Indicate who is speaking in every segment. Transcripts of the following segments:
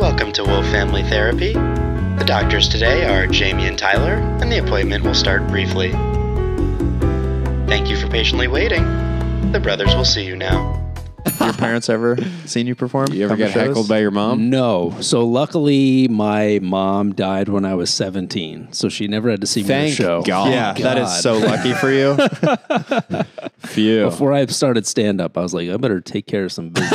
Speaker 1: Welcome to Wolf Family Therapy. The doctors today are Jamie and Tyler, and the appointment will start briefly. Thank you for patiently waiting. The brothers will see you now.
Speaker 2: Your parents ever seen you perform?
Speaker 3: You ever
Speaker 2: Come to
Speaker 3: get
Speaker 2: shows?
Speaker 3: heckled by your mom?
Speaker 4: No. So luckily, my mom died when I was 17, so she never had to see me in a
Speaker 3: Thank
Speaker 4: show.
Speaker 3: God.
Speaker 2: Yeah, that is so lucky for you.
Speaker 3: Phew.
Speaker 4: Mm-hmm. Before I started stand up, I was like, I better take care of some business.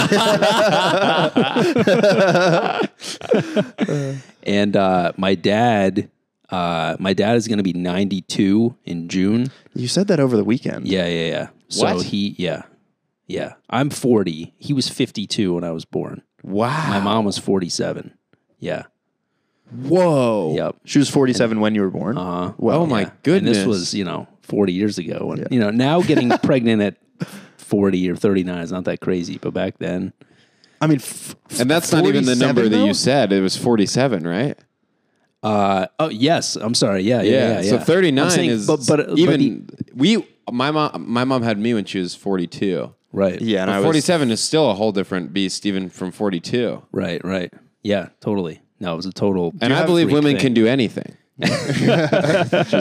Speaker 4: and uh, my dad, uh, my dad is going to be 92 in June.
Speaker 2: You said that over the weekend.
Speaker 4: Yeah, yeah, yeah. So
Speaker 3: What?
Speaker 4: he, yeah, yeah. I'm 40. He was 52 when I was born.
Speaker 2: Wow.
Speaker 4: My mom was 47. Yeah.
Speaker 2: Whoa.
Speaker 4: Yep.
Speaker 2: She was 47 when you were born.
Speaker 4: Uh,
Speaker 2: Well,
Speaker 3: oh my
Speaker 4: Yeah.
Speaker 3: goodness.
Speaker 4: And this was, you know, 40 years ago. And, You know, now getting pregnant at 40 or 39 is not that crazy, but back then,
Speaker 2: I mean, f-
Speaker 3: and that's not even the
Speaker 2: 47
Speaker 3: number that
Speaker 2: though?
Speaker 3: you said. It was 47, right?
Speaker 4: uh, oh, yes, I'm sorry. Yeah, yeah, yeah.
Speaker 3: So
Speaker 4: yeah.
Speaker 3: 39
Speaker 4: I'm saying-
Speaker 3: is
Speaker 4: but, but, e-, but
Speaker 3: even we my mom my mom had me when she was 42.
Speaker 4: right.
Speaker 2: yeah, and
Speaker 3: But
Speaker 2: I was
Speaker 3: 47 is still a whole different beast even from 42.
Speaker 4: Right, right. Yeah, totally. No, it was a total.
Speaker 3: And I believe women can do anything.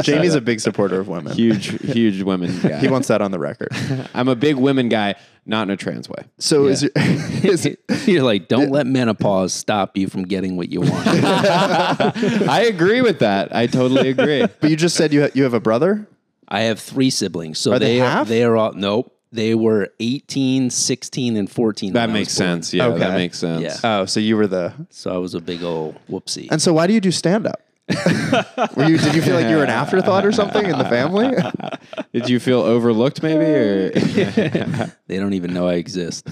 Speaker 2: Jamie's a big supporter of women.
Speaker 3: Huge huge women guy.
Speaker 2: He wants that on the record.
Speaker 3: I'm a big women guy, not in a trans way.
Speaker 2: So is, your, is
Speaker 4: You're like, don't let menopause stop you from getting what you want.
Speaker 3: I agree with that. I totally agree.
Speaker 2: but you just said you ha- you have a brother.
Speaker 4: I have three siblings. So
Speaker 2: Are they
Speaker 4: are,
Speaker 2: half?
Speaker 4: they are all, nope. They were 18, 16, and 14. when
Speaker 3: That
Speaker 4: I
Speaker 3: makes
Speaker 4: was born.
Speaker 3: sense. Yeah,
Speaker 2: Okay.
Speaker 3: that makes sense.
Speaker 4: Yeah.
Speaker 2: Oh, so you were the.
Speaker 4: So I was a big old whoopsie.
Speaker 2: And so why do you do stand up? were you? Did you feel like you were an afterthought or something in the family?
Speaker 3: Did you feel overlooked maybe or
Speaker 4: They don't even know I exist.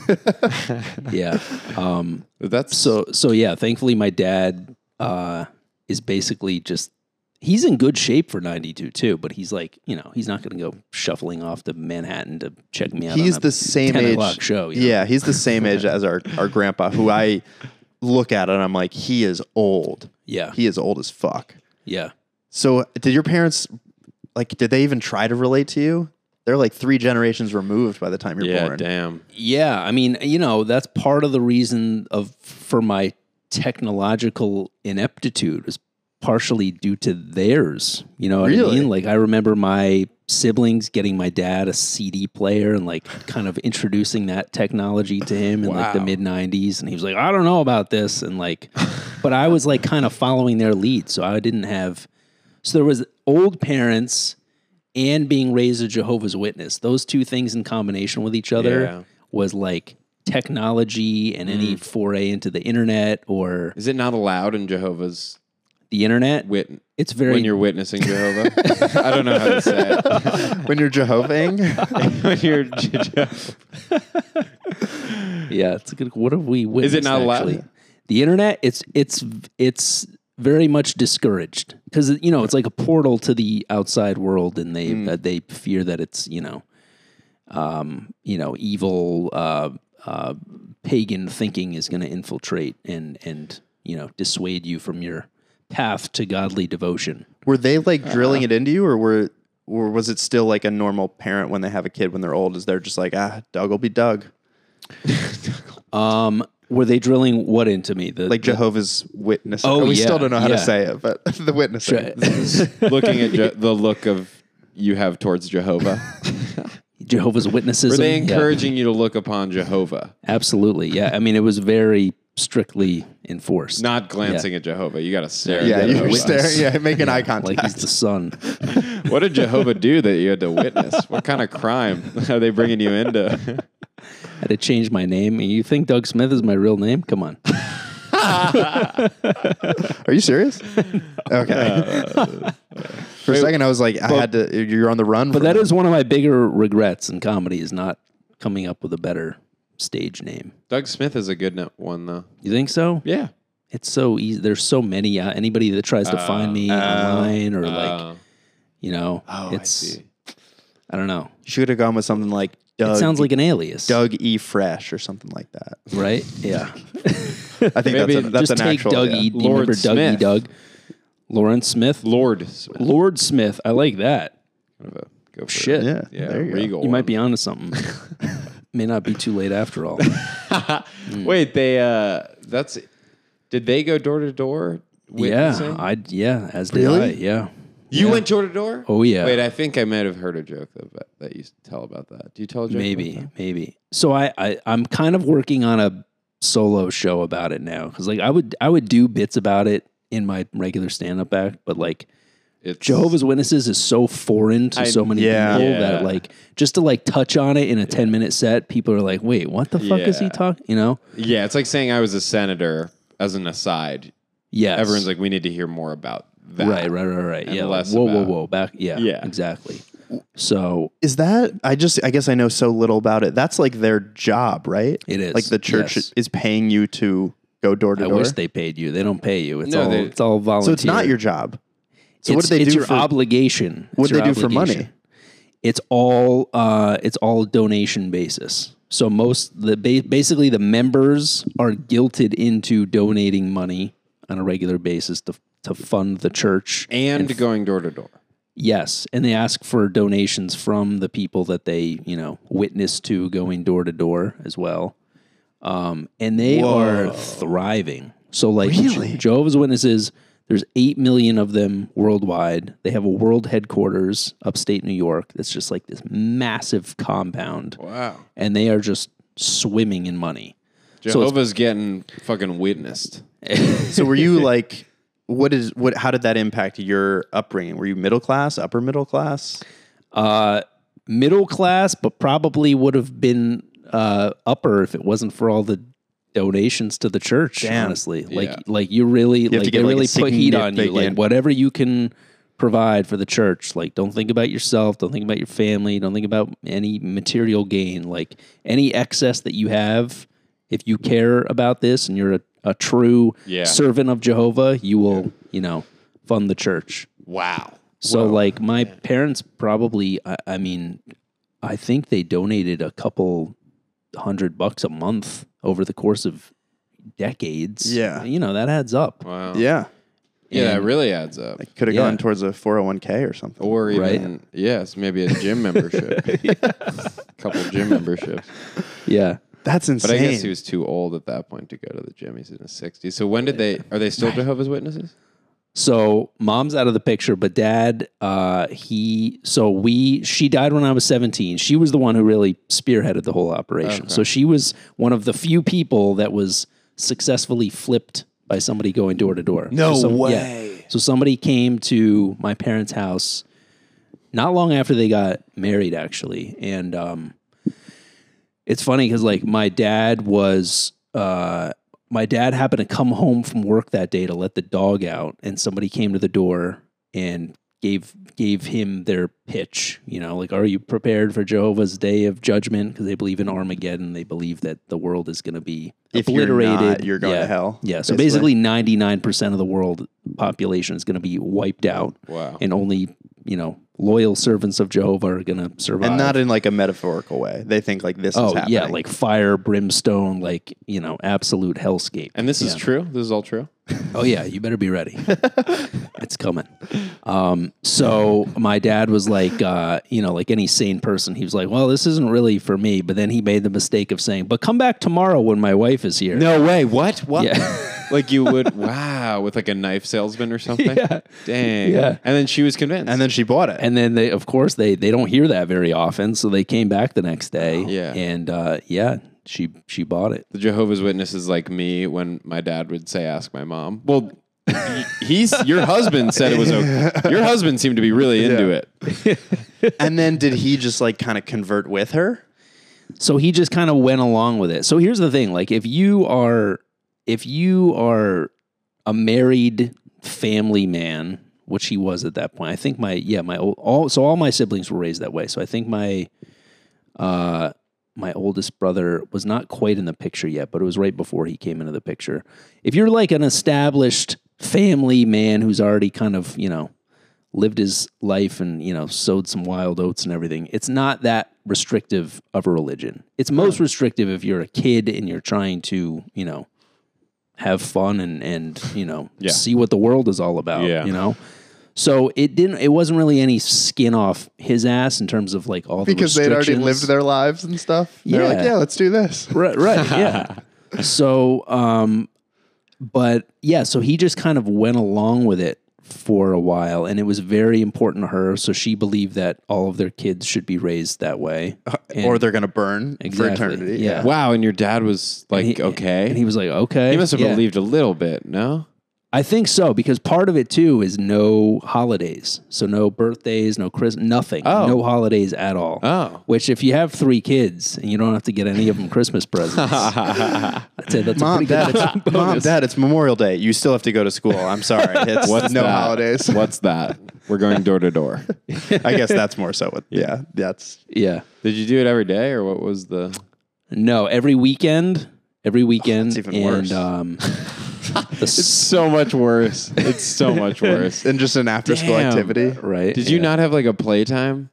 Speaker 4: yeah. Um,
Speaker 3: that's
Speaker 4: so so yeah, thankfully my dad uh, is basically just he's in good shape for 92 too, but he's like, you know, he's not going to go shuffling off to Manhattan to check me out.
Speaker 2: he's
Speaker 4: on a
Speaker 2: the same
Speaker 4: 10
Speaker 2: age
Speaker 4: o'clock show. you know?
Speaker 2: yeah he's the same age as our, our grandpa who i look at and i'm like he is old
Speaker 4: Yeah.
Speaker 2: he is old as fuck
Speaker 4: yeah.
Speaker 2: so did your parents like did they even try to relate to you they're like three generations removed by the time you're
Speaker 3: Yeah,
Speaker 2: born
Speaker 3: damn.
Speaker 4: Yeah, I mean, you know, that's part of the reason of for my technological ineptitude is partially due to theirs. You know what
Speaker 2: Really?
Speaker 4: I mean? Like I remember my siblings getting my dad a CD player and like kind of introducing that technology to him in like the
Speaker 3: Wow.
Speaker 4: mid 90s and he was like, "I don't know about this." And like but I was like kind of following their lead, so I didn't have so there was old parents and being raised a Jehovah's Witness. Those two things in combination with each other
Speaker 3: Yeah. Mm.
Speaker 4: was like technology and any foray into the internet or
Speaker 3: Is it not allowed in Jehovah's
Speaker 4: the internet.
Speaker 3: wit
Speaker 4: It's very
Speaker 3: when you're witnessing Jehovah? I don't know how to say it.
Speaker 2: when you're jehovahing
Speaker 3: when you're Je-
Speaker 4: yeah. It's a good. What have we witnessed?
Speaker 3: not allowed?
Speaker 4: actually? The internet. It's it's it's very much discouraged because you know it's like a portal to the outside world, and they uh,
Speaker 3: Mm.
Speaker 4: they fear that it's you know, um, you know, evil uh, uh, pagan thinking is going to infiltrate and and you know dissuade you from your path to godly devotion.
Speaker 2: were they like
Speaker 4: Uh-huh.
Speaker 2: drilling it into you or were or was it still like a normal parent when they have a kid when they're old is they're just like ah doug will be doug
Speaker 4: Um, were they drilling what into me? The,
Speaker 2: like
Speaker 4: the-
Speaker 2: jehovah's witness
Speaker 4: Oh,
Speaker 2: we
Speaker 4: yeah,
Speaker 2: still don't know how to
Speaker 4: yeah.
Speaker 2: say it but the witnessing
Speaker 3: looking at Je- the look of you have towards Jehovah.
Speaker 4: Jehovah's Witnesses.
Speaker 3: Were they
Speaker 4: Yeah,
Speaker 3: encouraging you to look upon Jehovah,
Speaker 4: absolutely. Yeah. I mean, it was very strictly enforced.
Speaker 3: not glancing at Jehovah? You got to stare.
Speaker 2: yeah
Speaker 3: at
Speaker 2: you're
Speaker 3: Jehovah.
Speaker 2: staring yeah making eye
Speaker 4: like
Speaker 2: contact
Speaker 4: he's the son.
Speaker 3: What did Jehovah do that you had to witness? What kind of crime are they bringing you into?
Speaker 4: I had to change my name. You think Doug Smith is my real name? Come on.
Speaker 2: Are you serious? okay. For a second, I was like, I had to. You're on the run.
Speaker 4: Uh, But that is one of my bigger regrets in comedy is not coming up with a better stage name.
Speaker 3: Doug Smith is a good no- one though.
Speaker 4: You think so?
Speaker 3: Yeah.
Speaker 4: It's so easy. There's so many. Uh, anybody that tries to find
Speaker 2: Oh,
Speaker 4: me online or like, you know, it's,
Speaker 3: see.
Speaker 4: I don't know.
Speaker 2: you should have gone with something like Doug.
Speaker 4: It sounds like an alias,
Speaker 2: Doug E. Fresh or something like that.
Speaker 4: right? Yeah.
Speaker 2: I think
Speaker 3: Maybe
Speaker 2: that's, a, that's
Speaker 4: just
Speaker 2: an
Speaker 4: take
Speaker 2: actual.
Speaker 4: Doug
Speaker 2: yeah.
Speaker 4: E. Do you
Speaker 3: Lord
Speaker 4: remember Doug E.
Speaker 3: Smith.
Speaker 4: Doug? Lawrence Smith?
Speaker 3: Lord Smith.
Speaker 4: Lord Smith. I like that.
Speaker 3: Kind of a- go for
Speaker 4: Shit.
Speaker 3: it.
Speaker 2: Yeah,
Speaker 3: Yeah.
Speaker 2: there you go.
Speaker 3: regal.
Speaker 4: You might
Speaker 3: one.
Speaker 4: be onto something. May not be too late after all.
Speaker 3: Wait, they uh that's Did they go door to door?
Speaker 4: Yeah,
Speaker 3: witnessing?
Speaker 4: I yeah, as did
Speaker 2: Really?
Speaker 4: I. Yeah.
Speaker 3: you went door to door.
Speaker 4: Oh yeah.
Speaker 3: Wait, I think I might have heard a joke of that, that you tell about that. Do you tell a joke? about
Speaker 4: maybe
Speaker 3: that?
Speaker 4: maybe so I, I i'm kind of working on a solo show about it now because like i would i would do bits about it in my regular stand-up act but like
Speaker 3: It's
Speaker 4: jehovah's witnesses is so foreign to
Speaker 3: I-
Speaker 4: so many
Speaker 2: yeah.
Speaker 4: people
Speaker 3: Yeah.
Speaker 4: that like just to like touch on it in a 10 minute set people are like wait what the fuck is he
Speaker 3: Yeah.
Speaker 4: talking you know
Speaker 3: Yeah, it's like saying I was a senator as an aside.
Speaker 4: yeah
Speaker 3: Everyone's like, we need to hear more about that.
Speaker 4: right right right right
Speaker 3: and
Speaker 4: yeah like,
Speaker 3: less
Speaker 4: whoa whoa
Speaker 3: about-
Speaker 4: whoa back yeah
Speaker 3: Yeah.
Speaker 4: exactly so
Speaker 2: Is that I just I guess I know so little about it. That's like their job, right?
Speaker 4: It is,
Speaker 2: Like the church
Speaker 4: yes.
Speaker 2: is paying you to go door to
Speaker 4: i
Speaker 2: door.
Speaker 4: wish they paid you they don't pay you it's
Speaker 3: No,
Speaker 4: all
Speaker 3: they-
Speaker 4: it's all volunteer
Speaker 2: So it's not your job. So what
Speaker 4: It's-
Speaker 2: do they
Speaker 4: it's
Speaker 2: do
Speaker 4: your
Speaker 2: for-
Speaker 4: obligation.
Speaker 2: What
Speaker 4: It's
Speaker 2: do they
Speaker 4: your
Speaker 2: do for money?
Speaker 4: obligation. It's all uh, it's all donation basis. So most the ba- basically the members are guilted into donating money on a regular basis to to fund the church.
Speaker 3: And going door to door.
Speaker 4: Yes, and they ask for donations from the people that they you know witness to going door to door as well. Um, and they are thriving. So like
Speaker 2: Really?
Speaker 4: Jehovah's Witnesses, there's eight million of them worldwide. They have a world headquarters upstate New York. That's just like this massive compound,
Speaker 3: Wow.
Speaker 4: and they are just swimming in money.
Speaker 3: Jehovah's getting fucking witnessed.
Speaker 2: so were you like what is what how did that impact your upbringing? Were you middle class, upper middle class?
Speaker 4: uh, middle class, but probably would have been uh, upper if it wasn't for all the donations to the church.
Speaker 2: Damn.
Speaker 4: Honestly,
Speaker 3: Yeah.
Speaker 4: like like you really
Speaker 2: to
Speaker 4: like
Speaker 2: get,
Speaker 4: they
Speaker 2: like, a
Speaker 4: really put heat on you. Like
Speaker 2: significant-
Speaker 4: whatever you can provide for the church. Like don't think about yourself. Don't think about your family. Don't think about any material gain. Like any excess that you have. If you care about this and you're a, a true
Speaker 3: Yeah.
Speaker 4: servant of Jehovah, you will, you know, fund the church.
Speaker 3: Wow.
Speaker 4: So like my parents probably I, I mean I think they donated a couple hundred bucks a month over the course of decades.
Speaker 2: Yeah.
Speaker 4: You know, that adds up.
Speaker 3: Wow.
Speaker 2: Yeah.
Speaker 3: Yeah, that
Speaker 4: And-
Speaker 3: really adds up.
Speaker 2: Could have
Speaker 4: Yeah.
Speaker 2: gone towards a 401k or something.
Speaker 3: Or
Speaker 4: Right.
Speaker 3: even, yes, maybe a gym membership. A couple gym memberships.
Speaker 4: Yeah.
Speaker 2: That's insane.
Speaker 3: But I guess he was too old at that point to go to the gym. He's in his 60s. So when did they, are they still Jehovah's Witnesses?
Speaker 4: So mom's out of the picture, but dad, uh, he so we she died when I was 17. She was the one who really spearheaded the whole operation. So she was one of the few people that was successfully flipped by somebody going door to door.
Speaker 2: No
Speaker 4: So some- yeah.
Speaker 2: way.
Speaker 4: So somebody came to my parents' house not long after they got married, actually. And um, it's funny because like my dad was uh, my dad happened to come home from work that day to let the dog out, and somebody came to the door and gave gave him their pitch. You know, like, are you prepared for Jehovah's Day of Judgment? Because they believe in Armageddon. They believe that the world is going to be
Speaker 2: if you're
Speaker 4: obliterated.
Speaker 2: not, you're going
Speaker 4: Yeah.
Speaker 2: to hell.
Speaker 4: Yeah. So basically, ninety nine percent of the world population is going to be wiped out,
Speaker 3: Wow.
Speaker 4: and only you know loyal servants of Jehovah are going to survive.
Speaker 2: and not in like a metaphorical way. They think like this is
Speaker 4: oh
Speaker 2: happening.
Speaker 4: yeah, like fire, brimstone, like you know, absolute hellscape.
Speaker 3: And this is
Speaker 4: Yeah.
Speaker 3: true? This is all true?
Speaker 4: Oh yeah, you better be ready. it's coming. Um, so my dad was like, uh, you know, like any sane person, he was like, "Well, this isn't really for me." But then he made the mistake of saying, "But come back tomorrow when my wife is here."
Speaker 3: No way. What? What?
Speaker 4: Yeah.
Speaker 3: like you would, wow, with like a knife salesman or something?
Speaker 4: Yeah.
Speaker 3: Dang.
Speaker 4: Yeah.
Speaker 3: And then she was convinced.
Speaker 2: and then she bought it.
Speaker 4: And then they, of course, they they don't hear that very often, so they came back the next day.
Speaker 3: Yeah.
Speaker 4: and uh, yeah, she she bought it.
Speaker 3: the Jehovah's Witnesses like me when my dad would say, "Ask my mom." Well, he- he's your husband said it was okay. Your husband seemed to be really into it.
Speaker 2: and then did he just like kind of convert with her?
Speaker 4: So he just kind of went along with it. So here's the thing: like, if you are if you are a married family man, which he was at that point, I think my yeah my ol- all so all my siblings were raised that way. So I think my uh my oldest brother was not quite in the picture yet, but it was right before he came into the picture. If you're like an established family man who's already kind of you know lived his life and you know sowed some wild oats and everything it's not that restrictive of a religion it's most restrictive if you're a kid and you're trying to you know have fun and and you know
Speaker 3: Yeah.
Speaker 4: see what the world is all about
Speaker 3: Yeah.
Speaker 4: you know so it didn't it wasn't really any skin off his ass in terms of like all the restrictions.
Speaker 2: their lives and stuff.
Speaker 4: They're like, Yeah. "Yeah,
Speaker 2: let's do this.
Speaker 4: Right, right, yeah. so, um, but yeah, so he just kind of went along with it for a while, and it was very important to her. So she believed that all of their kids should be raised that way,
Speaker 3: Uh,
Speaker 4: And-
Speaker 2: or they're gonna burn
Speaker 4: Exactly,
Speaker 2: for eternity.
Speaker 4: yeah.
Speaker 3: Wow, and your dad was like,
Speaker 4: he-
Speaker 3: okay.
Speaker 4: and he was like, okay,
Speaker 3: He must have
Speaker 4: yeah.
Speaker 3: believed a little bit, no?
Speaker 4: I think so because part of it too is no holidays, so no birthdays, no Christmas, nothing,
Speaker 3: Oh.
Speaker 4: no holidays at all.
Speaker 3: Oh.
Speaker 4: Which, if you have three kids and you don't have to get any of them Christmas presents, I'd say that's a
Speaker 2: Mom,
Speaker 4: pretty good
Speaker 2: dad, it's, mom, dad, it's Memorial Day. You still have to go to school. I'm sorry. It's
Speaker 3: What's
Speaker 2: no
Speaker 3: that?
Speaker 2: holidays.
Speaker 3: What's that? We're going door to door.
Speaker 2: I guess that's more so. With, yeah. that's
Speaker 4: Yeah.
Speaker 3: Did you do it every day or what was the
Speaker 4: No, every weekend. Every weekend.
Speaker 2: Oh, that's even
Speaker 4: and,
Speaker 2: worse.
Speaker 4: Um, the s-
Speaker 3: so much worse. It's so much worse.
Speaker 2: and just an after-school
Speaker 3: Damn.
Speaker 2: activity.
Speaker 4: right.
Speaker 3: Did you
Speaker 4: yeah.
Speaker 3: not have like a playtime?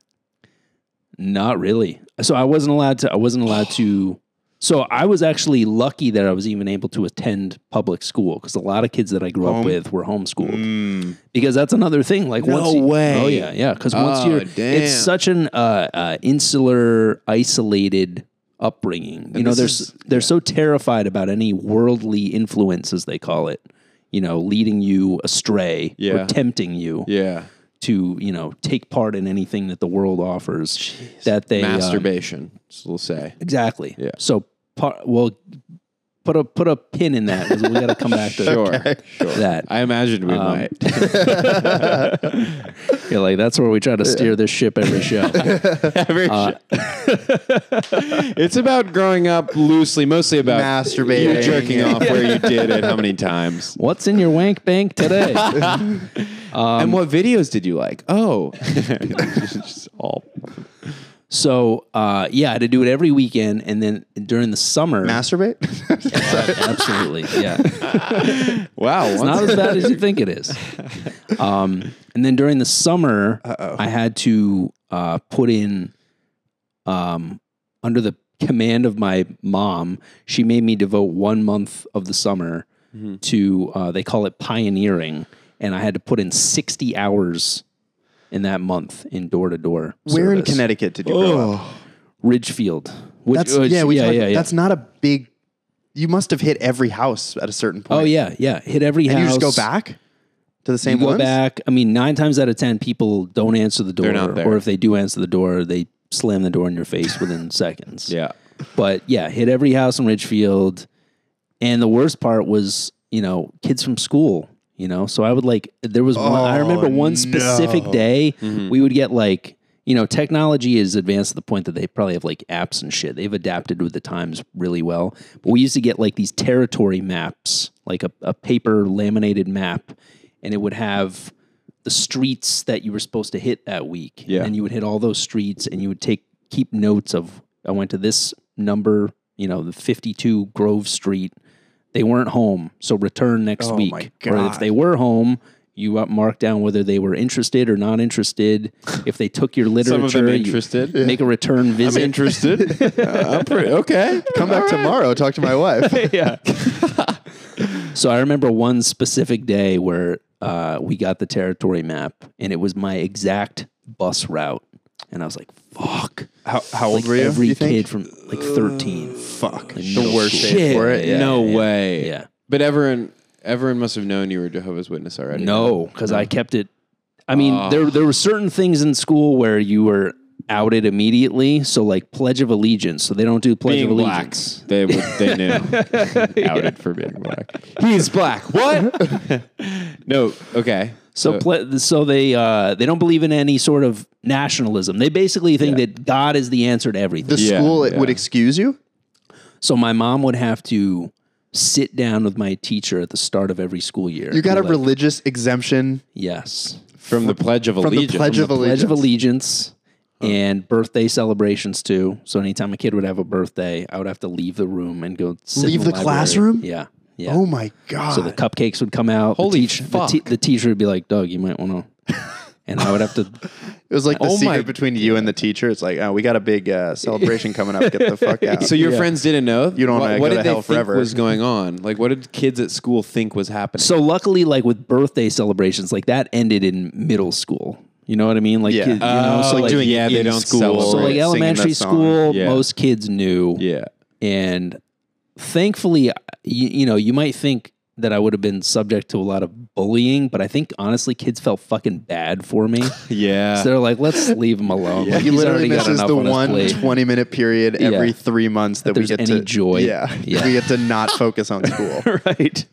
Speaker 4: Not really. So I wasn't allowed to. I wasn't allowed to. So I was actually lucky that I was even able to attend public school because a lot of kids that I grew
Speaker 2: Home-
Speaker 4: up with were homeschooled.
Speaker 2: Mm.
Speaker 4: because that's another thing. Like,
Speaker 2: No
Speaker 4: once you-
Speaker 2: way.
Speaker 4: Oh yeah, yeah. Because once
Speaker 3: Oh,
Speaker 4: you're,
Speaker 3: damn.
Speaker 4: it's such an uh, uh, insular, isolated upbringing. you know,
Speaker 2: this
Speaker 4: they're
Speaker 2: is-
Speaker 4: s they're so terrified about any worldly influence, as they call it. You know, leading you astray
Speaker 3: Yeah.
Speaker 4: or tempting you
Speaker 3: Yeah.
Speaker 4: to you know take part in anything that the world offers. That they um,
Speaker 3: Masturbation, we'll say.
Speaker 4: exactly.
Speaker 3: Yeah.
Speaker 4: So, par- well, put a put a pin in that. 'cause We got to come back to
Speaker 3: Sure. Sure.
Speaker 4: that.
Speaker 3: I imagined we might.
Speaker 4: Yeah, like that's where we try to steer this ship every show.
Speaker 3: Every sh- it's about growing up loosely, mostly about
Speaker 2: Masturbating.
Speaker 3: you jerking off where you did it, how many times.
Speaker 4: What's in your wank bank today?
Speaker 3: and what videos did you like? Oh, Just all
Speaker 4: so, uh, yeah, I had to do it every weekend, and then during the summer,
Speaker 2: Masturbate.
Speaker 4: absolutely, yeah, it's
Speaker 3: wow. once-
Speaker 4: not as bad as you think it is. Um, and then during the summer, I had to uh, put in, um, under the command of my mom, she made me devote one month of the summer
Speaker 2: Mm-hmm.
Speaker 4: to uh, they call it pioneering, and I had to put in sixty hours in that month in door to door.
Speaker 2: Where in Connecticut did you grow up?
Speaker 4: Ridgefield. Which,
Speaker 2: Oh. That's
Speaker 4: which-
Speaker 2: yeah, we
Speaker 4: yeah,
Speaker 2: talked-
Speaker 4: yeah, yeah.
Speaker 2: That's not a big. You must have hit every house at a certain point.
Speaker 4: oh yeah, yeah. Hit every
Speaker 2: And you
Speaker 4: house.
Speaker 2: just go back to the
Speaker 4: You
Speaker 2: same
Speaker 4: go
Speaker 2: ones?
Speaker 4: back. I mean, nine times out of ten, people don't answer the door,
Speaker 3: not there.
Speaker 4: or if they do answer the door, they slam the door in your face within seconds.
Speaker 3: Yeah.
Speaker 4: But yeah, hit every house in Ridgefield, and the worst part was, you know, kids from school. You know, so I would like. There was one. I
Speaker 2: Oh,
Speaker 4: remember one specific
Speaker 2: no.
Speaker 4: day we would get like. You know, technology is advanced to the point that they probably have like apps and shit. They've adapted with the times really well. But we used to get like these territory maps, like a, a paper laminated map, and it would have the streets that you were supposed to hit that week.
Speaker 3: Yeah.
Speaker 4: And you would hit all those streets and you would take keep notes of I went to this number, you know, the 52 Grove Street. They weren't home, so return next
Speaker 2: Oh
Speaker 4: week.
Speaker 2: my
Speaker 4: Or if
Speaker 2: God.
Speaker 4: they were home, you uh, mark down whether they were interested or not interested. if they took your literature,
Speaker 3: Some of them
Speaker 4: you
Speaker 3: interested.
Speaker 4: make a return
Speaker 3: I'm
Speaker 4: visit.
Speaker 3: interested. Uh, I'm pretty, okay.
Speaker 2: Come back tomorrow. Talk to my wife.
Speaker 4: yeah. so I remember one specific day where uh, we got the territory map, and it was my exact bus route, and I was like, "Fuck!"
Speaker 2: How, how old
Speaker 4: Like
Speaker 2: were you?
Speaker 4: every
Speaker 2: you think? Uh,
Speaker 4: kid from like thirteen.
Speaker 2: Fuck.
Speaker 4: Like,
Speaker 2: the
Speaker 4: no
Speaker 2: worst day
Speaker 4: shit.
Speaker 2: for it. Yeah.
Speaker 3: no way.
Speaker 4: Yeah.
Speaker 3: But everyone, everyone must have known you were Jehovah's Witness already.
Speaker 4: No, because I kept it. I mean,
Speaker 2: Ah.
Speaker 4: there there were certain things in school where you were outed immediately. So like Pledge of Allegiance. So they don't do Pledge
Speaker 3: Being
Speaker 4: of
Speaker 3: black,
Speaker 4: Allegiance.
Speaker 3: they would, they knew outed for being black. He's black. What? no. Okay.
Speaker 4: So, ple- so they uh, they don't believe in any sort of nationalism. They basically think that God is the answer to everything.
Speaker 2: The
Speaker 3: Yeah,
Speaker 2: school it would
Speaker 3: yeah.
Speaker 2: excuse you?
Speaker 4: so my mom would have to sit down with my teacher at the start of every school year.
Speaker 2: You got a
Speaker 4: Like,
Speaker 2: religious exemption
Speaker 4: yes
Speaker 3: from the Pledge of
Speaker 2: from the
Speaker 3: Allegiance.
Speaker 2: Pledge of
Speaker 4: pledge
Speaker 2: Allegiance.
Speaker 4: of allegiance and birthday celebrations too. So anytime a kid would have a birthday, I would have to leave the room and go sit in
Speaker 2: Leave the
Speaker 4: library.
Speaker 2: classroom?
Speaker 4: Yeah, yeah.
Speaker 2: Oh my God.
Speaker 4: So the cupcakes would come out.
Speaker 3: Holy
Speaker 4: the teach- the
Speaker 3: fuck.
Speaker 4: te- the teacher would be like, "Doug, you might want to," and I would have to
Speaker 2: it was like the
Speaker 3: Oh my-
Speaker 2: secret between you and the teacher. It's like, oh, we got a big uh, celebration coming up. Get the fuck out.
Speaker 3: So your friends didn't know.
Speaker 2: You don't
Speaker 3: What,
Speaker 2: wanna go
Speaker 3: what did
Speaker 2: to
Speaker 3: they
Speaker 2: hell
Speaker 3: think
Speaker 2: forever.
Speaker 3: was going on? Like, what did kids at school think was happening?
Speaker 4: So luckily, like with birthday celebrations, like that ended in middle school. You know what I mean? Like,
Speaker 2: Yeah.
Speaker 4: you know,
Speaker 3: Oh,
Speaker 4: so like,
Speaker 3: doing Oh, yeah, they
Speaker 2: in
Speaker 3: don't
Speaker 2: school.
Speaker 3: celebrate.
Speaker 4: so like
Speaker 2: singing
Speaker 4: elementary
Speaker 2: that song.
Speaker 4: school,
Speaker 3: Yeah.
Speaker 4: most kids knew. uh,
Speaker 3: yeah.
Speaker 4: And thankfully, you, you know, you might think that I would have been subject to a lot of bullying, but I think honestly, kids felt fucking bad for me.
Speaker 3: Yeah.
Speaker 4: so they're like, let's leave him alone. Like,
Speaker 2: he
Speaker 4: he's
Speaker 2: literally
Speaker 4: already got
Speaker 2: misses
Speaker 4: enough
Speaker 2: the
Speaker 4: on his
Speaker 2: one
Speaker 4: plate.
Speaker 2: 20 minute period every three months that, we
Speaker 4: there's
Speaker 2: get
Speaker 4: any
Speaker 2: to
Speaker 4: joy.
Speaker 2: Yeah,
Speaker 4: Yeah.
Speaker 2: we get to not focus on school.
Speaker 4: right.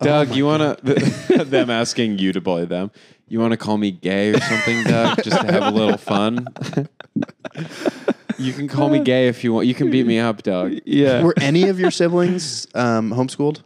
Speaker 3: Doug, you want to, them asking you to bully them, you want to call me gay or something, Doug, just to have a little fun? you can call me gay if you want. You can beat me up, Doug.
Speaker 4: Yeah.
Speaker 2: Were any of your siblings um, homeschooled?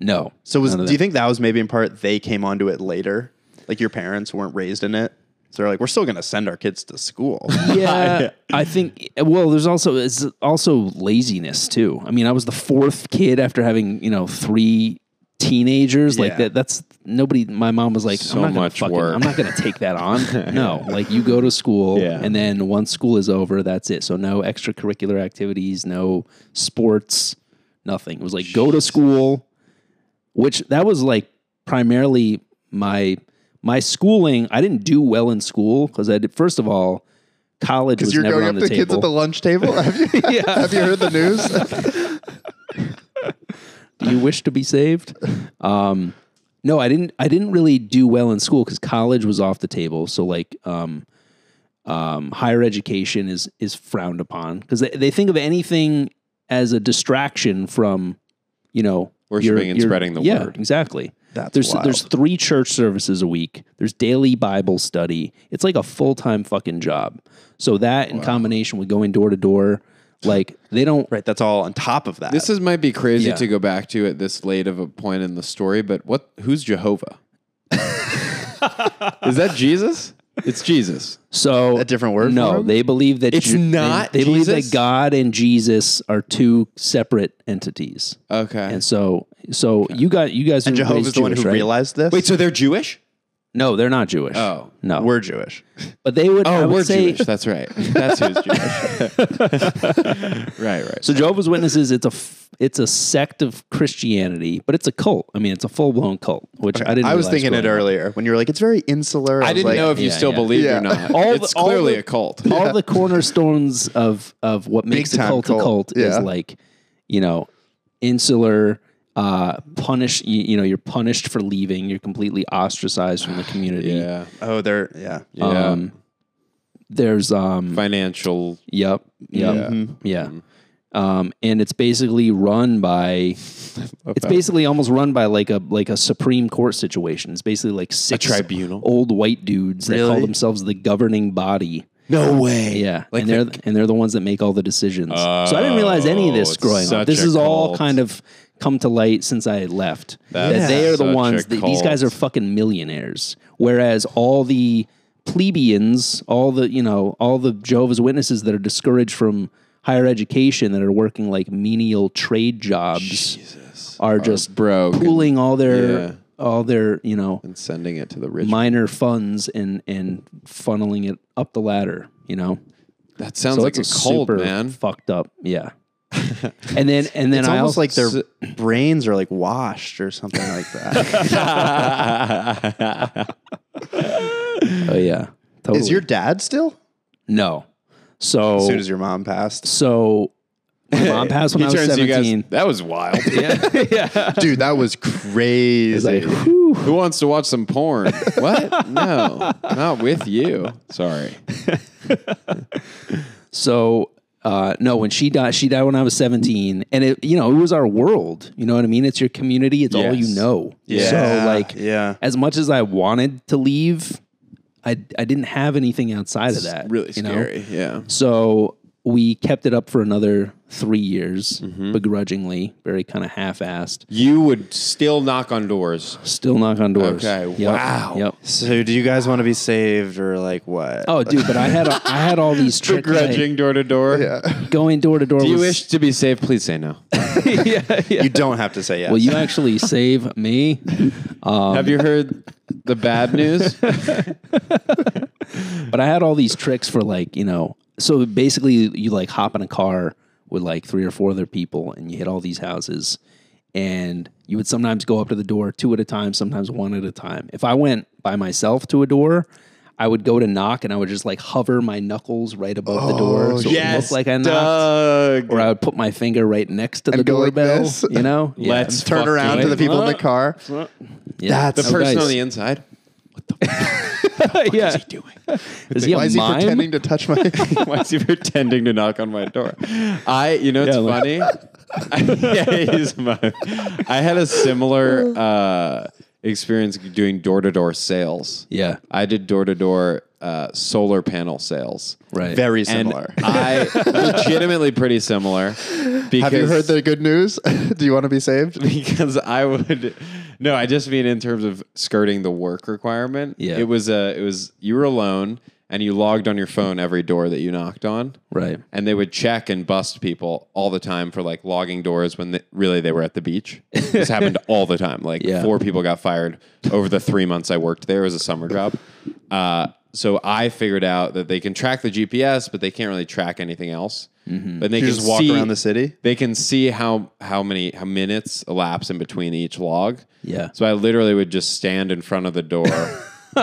Speaker 4: no.
Speaker 2: So was
Speaker 4: None of
Speaker 2: do you
Speaker 4: that.
Speaker 2: think that was maybe in part they came onto it later? Like your parents weren't raised in it, so they're like, we're still going to send our kids to school.
Speaker 4: Yeah, I think. Well, there's also it's also laziness too. I mean, I was the fourth kid after having you know three teenagers like
Speaker 2: Yeah.
Speaker 4: that. That's nobody. My mom was like,
Speaker 3: So
Speaker 4: I'm not gonna
Speaker 3: much
Speaker 4: fucking,
Speaker 3: work.
Speaker 4: I'm not going to take that on. no, like you go to school,
Speaker 3: Yeah.
Speaker 4: and then once school is over, that's it. So no extracurricular activities, no sports, nothing. It was like go to school, which that was like primarily my my schooling. I didn't do well in school because I did. First of all. College was
Speaker 2: Because you're
Speaker 4: never
Speaker 2: going
Speaker 4: on
Speaker 2: up
Speaker 4: the
Speaker 2: to kids
Speaker 4: table.
Speaker 2: at the lunch table. Have you, have you heard the news?
Speaker 4: Do you wish to be saved? Um, no, I didn't. I didn't really do well in school because college was off the table. So like, um, um, higher education is is frowned upon because they, they think of anything as a distraction from, you know,
Speaker 3: Worshiping and spreading the
Speaker 4: yeah,
Speaker 3: word.
Speaker 4: Exactly.
Speaker 2: That's
Speaker 4: there's
Speaker 2: wild.
Speaker 4: there's three church services a week. There's daily Bible study. It's like a full time fucking job. So that in combination with going door to door, like they don't
Speaker 2: right, that's all on top of that.
Speaker 3: This is might be crazy
Speaker 4: Yeah.
Speaker 3: to go back to at this late of a point in the story, but what? Who's Jehovah? Is that Jesus? It's Jesus.
Speaker 4: So
Speaker 2: A different word
Speaker 4: No,
Speaker 2: for 'em?
Speaker 4: they believe that
Speaker 3: It's
Speaker 4: Ju- they-
Speaker 3: not
Speaker 4: They, believe
Speaker 3: Jesus?
Speaker 4: that God and Jesus are two separate entities,
Speaker 3: Okay.
Speaker 4: and so so you got you guys.
Speaker 2: and
Speaker 4: are raised
Speaker 2: Jehovah's the one
Speaker 4: Jewish,
Speaker 2: who
Speaker 4: right?
Speaker 2: realized this.
Speaker 3: Wait, so they're Jewish?
Speaker 4: No, they're not Jewish.
Speaker 3: Oh.
Speaker 4: no,
Speaker 2: we're Jewish.
Speaker 4: but they would. I
Speaker 3: Oh,
Speaker 4: would
Speaker 3: we're
Speaker 4: say,
Speaker 3: Jewish. That's right. That's who's Jewish. right, right.
Speaker 4: So Jehovah's Witnesses, it's a f- it's a sect of Christianity, but it's a cult. I mean, it's a full blown cult, which I didn't.
Speaker 2: I was
Speaker 4: realize
Speaker 2: thinking it
Speaker 4: growing up.
Speaker 2: earlier when you were like, it's very insular.
Speaker 3: I
Speaker 2: was
Speaker 3: didn't
Speaker 2: like,
Speaker 3: know if you
Speaker 4: Yeah,
Speaker 3: still
Speaker 4: yeah.
Speaker 3: believe
Speaker 2: Yeah.
Speaker 3: or not.
Speaker 4: All
Speaker 3: it's
Speaker 4: the- all
Speaker 3: clearly
Speaker 4: the-
Speaker 3: a cult.
Speaker 4: all the cornerstones of of what makes a
Speaker 2: time
Speaker 4: cult,
Speaker 2: cult,
Speaker 4: a cult
Speaker 2: yeah.
Speaker 4: is like you know insular uh punish you, you know you're punished for leaving you're completely ostracized from the community
Speaker 3: Yeah.
Speaker 2: Oh, they're yeah.
Speaker 3: Yeah.
Speaker 4: um there's um
Speaker 3: Financial.
Speaker 4: yep yep yeah,
Speaker 2: Mhm.
Speaker 4: Um, and it's basically run by it's basically almost run by like a like a Supreme Court situation. It's basically like six
Speaker 3: tribunal?
Speaker 4: old white dudes that call
Speaker 2: Really?
Speaker 4: themselves the governing body.
Speaker 3: No way.
Speaker 4: Yeah, and they're and they're the ones that make all the decisions. so I didn't realize any of
Speaker 3: Oh,
Speaker 4: this
Speaker 3: it's
Speaker 4: growing up.
Speaker 3: such
Speaker 4: This
Speaker 3: a
Speaker 4: is all
Speaker 3: cult.
Speaker 4: kind of come to light since I had left.
Speaker 3: That's
Speaker 4: that they are the
Speaker 3: such a
Speaker 4: ones that these guys are
Speaker 3: cult.
Speaker 4: fucking millionaires, whereas all the plebeians, all the you know, all the Jehovah's Witnesses that are discouraged from higher education that are working like menial trade jobs are just
Speaker 3: broke and-
Speaker 4: pooling all their
Speaker 3: Yeah.
Speaker 4: all their you know
Speaker 3: and sending it to the rich.
Speaker 4: minor funds and and funneling it up the ladder. You know.
Speaker 3: that sounds
Speaker 4: So
Speaker 3: like a
Speaker 4: it's a
Speaker 3: cult,
Speaker 4: super
Speaker 3: man.
Speaker 4: fucked up. Yeah. and then and then
Speaker 2: It's
Speaker 4: I
Speaker 2: almost
Speaker 4: also,
Speaker 2: like their brains are like washed or something like that.
Speaker 4: oh yeah totally.
Speaker 2: Is your dad still?
Speaker 4: no so
Speaker 2: As soon as your mom passed,
Speaker 4: so my mom passed when I was
Speaker 3: turns to you guys,
Speaker 4: seventeen.
Speaker 3: that was wild. yeah.
Speaker 2: dude, that was
Speaker 4: It's
Speaker 2: crazy.
Speaker 4: like, whew.
Speaker 3: Who wants to watch some porn? what? No, not with you. Sorry.
Speaker 4: So uh, no, when she died, she died when I was seventeen, and it you know it was our world. You know what I mean? It's your community. It's all you
Speaker 3: Yes.
Speaker 4: know.
Speaker 2: Yeah,
Speaker 4: So like
Speaker 2: yeah.
Speaker 4: as much as I wanted to leave, I I didn't have anything outside of that.
Speaker 3: Really
Speaker 4: you know?
Speaker 3: scary. Yeah.
Speaker 4: So we kept it up for another three years,
Speaker 3: Mm-hmm.
Speaker 4: begrudgingly, very kind of half-assed.
Speaker 3: You would still knock on doors.
Speaker 4: Still knock on doors.
Speaker 3: Okay,
Speaker 4: Yep.
Speaker 3: wow.
Speaker 4: Yep.
Speaker 2: So, do you guys want to be saved or like what?
Speaker 4: Oh, dude, but I had a, I had all these tricks. like,
Speaker 3: Begrudging door to door.
Speaker 4: going door to door.
Speaker 3: Do you
Speaker 4: was-
Speaker 3: wish to be safe? Please say no.
Speaker 2: you don't have to say yes.
Speaker 4: Will you actually save me?
Speaker 3: Have you heard the bad news?
Speaker 4: But I had all these tricks for like you know. So basically, you like hop in a car with like three or four other people, and you hit all these houses, and you would sometimes go up to the door two at a time, sometimes one at a time. If I went by myself to a door, I would go to knock and I would just like hover my knuckles right above the
Speaker 2: Oh,
Speaker 4: door so it
Speaker 3: yes,
Speaker 4: looked like I knocked.
Speaker 3: Doug.
Speaker 4: Or I would put my finger right next to the
Speaker 2: And go like
Speaker 4: doorbell.
Speaker 2: this.
Speaker 4: You know? Yeah.
Speaker 3: Let's
Speaker 2: Turn
Speaker 3: fucking
Speaker 2: around to the people in the car.
Speaker 4: Yeah.
Speaker 2: That's-
Speaker 3: The
Speaker 2: Oh,
Speaker 3: person
Speaker 4: guys.
Speaker 3: on the inside.
Speaker 4: yeah.
Speaker 3: What are you doing?
Speaker 4: Is he a
Speaker 2: Why is he
Speaker 4: mime?
Speaker 2: pretending to touch my?
Speaker 3: Why is he pretending to knock on my door? I, you know, it's
Speaker 4: Yeah, like-
Speaker 3: funny. I, yeah, he's my, I had a similar uh, experience doing door to door sales.
Speaker 4: Yeah.
Speaker 3: I did door to door solar panel sales.
Speaker 4: Right.
Speaker 2: Very
Speaker 3: And
Speaker 2: similar.
Speaker 3: I legitimately pretty similar. Because,
Speaker 2: Have you heard the good news? Do you want to be saved?
Speaker 3: Because I would, no, I just mean in terms of skirting the work requirement.
Speaker 4: Yeah.
Speaker 3: it was a, it was you were alone and you logged on your phone every door that you knocked on.
Speaker 4: Right.
Speaker 3: and they would check and bust people all the time for like logging doors when they, really they were at the beach. this happened all the time. Like
Speaker 4: Yeah.
Speaker 3: four people got fired over the three months I worked there. It was a summer job. Uh, so I figured out that they can track the GPS, but they can't really track anything else.
Speaker 4: Mm-hmm.
Speaker 3: But they
Speaker 2: You
Speaker 3: can
Speaker 2: just walk
Speaker 3: see-
Speaker 2: around the city?
Speaker 3: They can see how how many how minutes elapse in between each log.
Speaker 4: Yeah.
Speaker 3: So I literally would just stand in front of the door,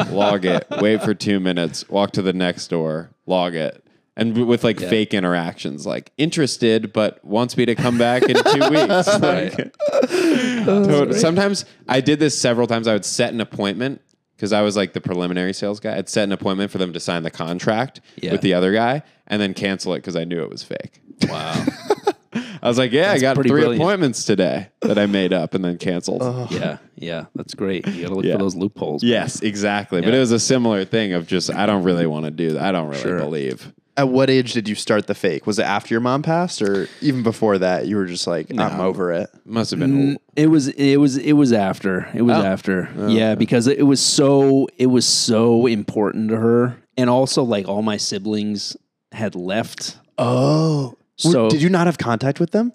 Speaker 3: log it, wait for two minutes, walk to the next door, log it. And w- with like fake interactions, like interested, but wants me to come back in two weeks. Like, tot- Sometimes I did this several times. I would set an appointment because I was like the preliminary sales guy. I'd set an appointment for them to sign the contract
Speaker 4: Yeah.
Speaker 3: with the other guy and then cancel it because I knew it was fake. Wow. I was like, yeah, I got three
Speaker 4: pretty brilliant. Uh-huh.
Speaker 3: appointments today that I made up and then canceled.
Speaker 4: Yeah. Yeah. That's great. You got to look
Speaker 3: Yeah.
Speaker 4: for those loopholes.
Speaker 3: Yes, exactly. But
Speaker 4: Yeah.
Speaker 3: it was a similar thing of just I don't really want to do that. I don't really
Speaker 4: Sure.
Speaker 3: believe.
Speaker 2: At what age did you start the fake? Was it after your mom passed, or even before that? You were just like, I'm over it.
Speaker 3: Must have been
Speaker 4: It was it was it was after. It was after. yeah, because it was so it was so important to her. And also like all my siblings had left.
Speaker 2: Oh,
Speaker 4: So-
Speaker 2: did you not have contact with them?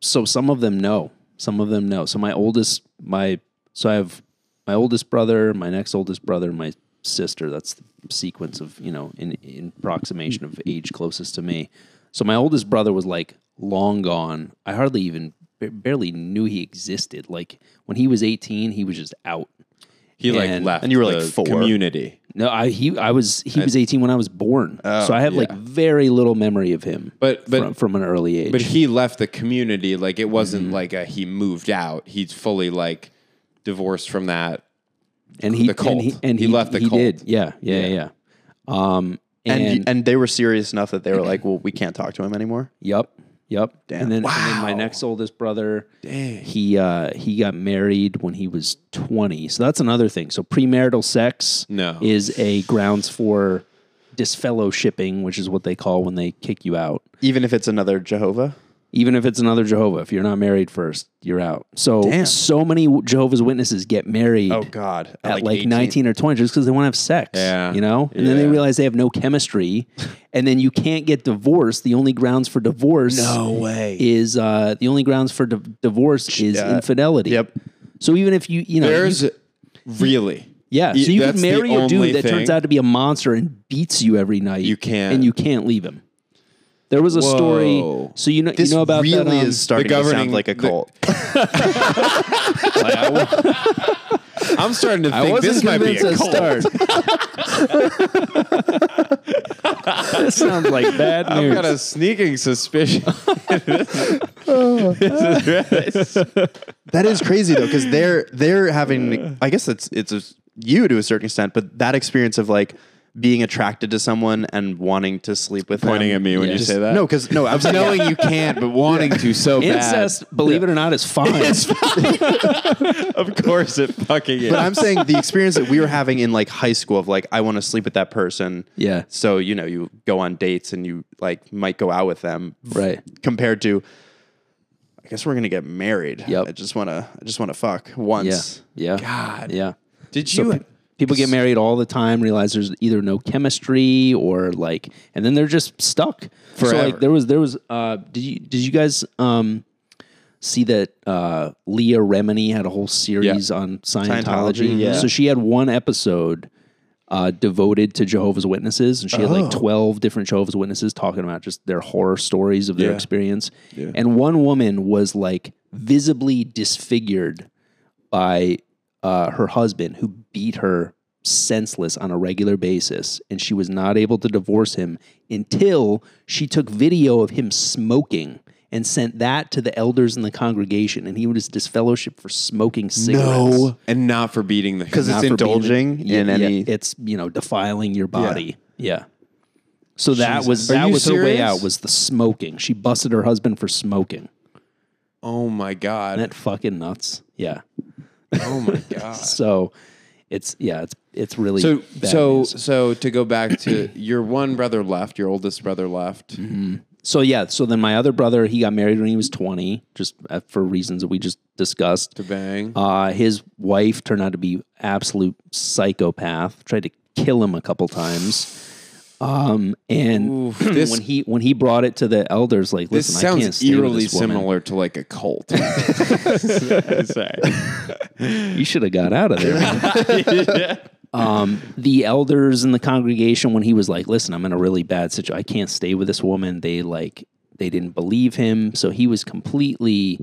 Speaker 4: So some of them know. Some of them know. So my oldest my so I have my oldest brother, my next oldest brother, my sister. That's the sequence of, you know, in, in approximation of age closest to me. So my oldest brother was like long gone. I hardly even barely knew he existed. Like when he was 18, he was just out.
Speaker 3: he like
Speaker 4: And-
Speaker 3: left
Speaker 2: and you were, like,
Speaker 3: the
Speaker 2: four.
Speaker 3: community.
Speaker 4: No, I he I was he was 18 when I was born. so I have like very little memory of him.
Speaker 3: Oh, But- but-
Speaker 4: from, Mm-hmm. from an early age.
Speaker 3: But he left the community like it wasn't like a he moved out. He's fully like divorced from that.
Speaker 4: and he
Speaker 3: the cult.
Speaker 4: and he, and
Speaker 3: He left the
Speaker 4: he
Speaker 3: cult.
Speaker 4: Did. Yeah, yeah, yeah. yeah. Um and,
Speaker 2: And and, they were serious enough that they were like, well, we can't talk to him anymore.
Speaker 4: Yep. Yep. And then, and then my next oldest brother, he uh, he got married when he was 20. So that's another thing. So premarital sex
Speaker 3: No.
Speaker 4: is a grounds for disfellowshipping, which is what they call when they kick you out.
Speaker 2: Even if it's another Jehovah.
Speaker 4: even if it's another Jehovah, if you're not married first, you're out. So so many Jehovah's Witnesses get married
Speaker 2: Oh God,
Speaker 4: at like, 19 or 20 just because they want to have sex.
Speaker 3: Yeah.
Speaker 4: You know? And then they
Speaker 3: Yeah.
Speaker 4: realize they have no chemistry. and then you can't get divorced. The only grounds for divorce
Speaker 2: way.
Speaker 4: is uh the only grounds for di- divorce is
Speaker 2: Yeah.
Speaker 4: infidelity.
Speaker 2: Yep.
Speaker 4: So even if you you know
Speaker 3: There's
Speaker 4: you-
Speaker 3: really
Speaker 4: yeah,
Speaker 3: y-
Speaker 4: so you
Speaker 3: that's
Speaker 4: can
Speaker 3: the
Speaker 4: marry a dude
Speaker 3: only
Speaker 4: that turns
Speaker 3: thing.
Speaker 4: out to be a monster and beats you every night.
Speaker 3: You can't.
Speaker 4: and you can't leave him. There was a story.
Speaker 3: Whoa.
Speaker 4: So you know
Speaker 2: This
Speaker 4: you know about
Speaker 2: really
Speaker 4: that, um,
Speaker 2: is starting to sound
Speaker 3: governing-
Speaker 2: like a
Speaker 3: the-
Speaker 2: cult.
Speaker 3: I'm starting to think
Speaker 4: wasn't
Speaker 3: this might be
Speaker 4: convinced
Speaker 3: a
Speaker 4: at
Speaker 3: cult.
Speaker 4: that sounds like bad
Speaker 3: I've
Speaker 4: news.
Speaker 3: got a sneaking suspicion. This is really-
Speaker 2: That is crazy though, because they're they're having. I guess it's it's a, you to a certain extent, but that experience of like being attracted to someone and wanting to sleep with
Speaker 3: pointing
Speaker 2: them,
Speaker 3: at me when
Speaker 4: Yeah.
Speaker 3: you
Speaker 4: Just-
Speaker 3: say that.
Speaker 2: No, because no, I was knowing
Speaker 3: you can't, but wanting to so
Speaker 4: Incest, believe it or not, is fine.
Speaker 3: Of course, it fucking is.
Speaker 2: But I'm saying the experience that we were having in like high school of like I want to sleep with that person.
Speaker 4: Yeah.
Speaker 2: So you know you go on dates and you like might go out with them.
Speaker 4: Right.
Speaker 2: Compared to, I guess we're gonna get married.
Speaker 4: Yep.
Speaker 2: I just wanna I just wanna fuck
Speaker 4: yeah,
Speaker 2: once.
Speaker 4: yeah,
Speaker 3: God.
Speaker 4: yeah.
Speaker 3: Did
Speaker 4: So
Speaker 3: you?
Speaker 4: pe- people get married all the time, realize there's either no chemistry or like, and then they're just stuck So
Speaker 3: Forever.
Speaker 4: like there was there was uh, did you did you guys um see that uh, Leah Remini had a whole series on Scientology?
Speaker 2: Scientology, yeah.
Speaker 4: So she had one episode. Uh, devoted to Jehovah's Witnesses, and she had
Speaker 3: Oh.
Speaker 4: like twelve different Jehovah's Witnesses talking about just their horror stories of their
Speaker 3: Yeah.
Speaker 4: experience. And one woman was like visibly disfigured by uh, her husband who beat her senseless on a regular basis, and she was not able to divorce him until she took video of him smoking and sent that to the elders in the congregation, and he was disfellowship for smoking cigarettes.
Speaker 3: and not for beating the
Speaker 2: because it's
Speaker 4: Not for being-
Speaker 2: indulging in
Speaker 4: Yeah,
Speaker 2: any.
Speaker 4: it's you know defiling your body. Yeah. So that was
Speaker 3: Are
Speaker 4: that
Speaker 3: you
Speaker 4: was her way
Speaker 3: serious?
Speaker 4: out was the smoking. She busted her husband for smoking.
Speaker 3: oh my god,
Speaker 4: Isn't that fucking nuts? Yeah.
Speaker 3: oh my god.
Speaker 4: So it's yeah, it's it's really
Speaker 3: So
Speaker 4: bad
Speaker 3: so
Speaker 4: news.
Speaker 3: so to go back to your one brother left, your oldest brother left.
Speaker 4: Mm-hmm. So yeah, so then my other brother, he got married when he was 20, just uh, for reasons that we just discussed.
Speaker 3: to bang.
Speaker 4: Uh, his wife turned out to be absolute psychopath. Tried to kill him a couple times. Um, and
Speaker 3: this-
Speaker 4: when he when he brought it to the elders, like,
Speaker 3: this
Speaker 4: listen, I can't
Speaker 3: sounds
Speaker 4: stay with
Speaker 3: eerily
Speaker 4: this woman."
Speaker 3: similar to like a cult.
Speaker 4: You should have got out of there. man. um, the elders in the congregation, when he was like, "Listen, I'm in a really bad situation. I can't stay with this woman." They like they didn't believe him, so he was completely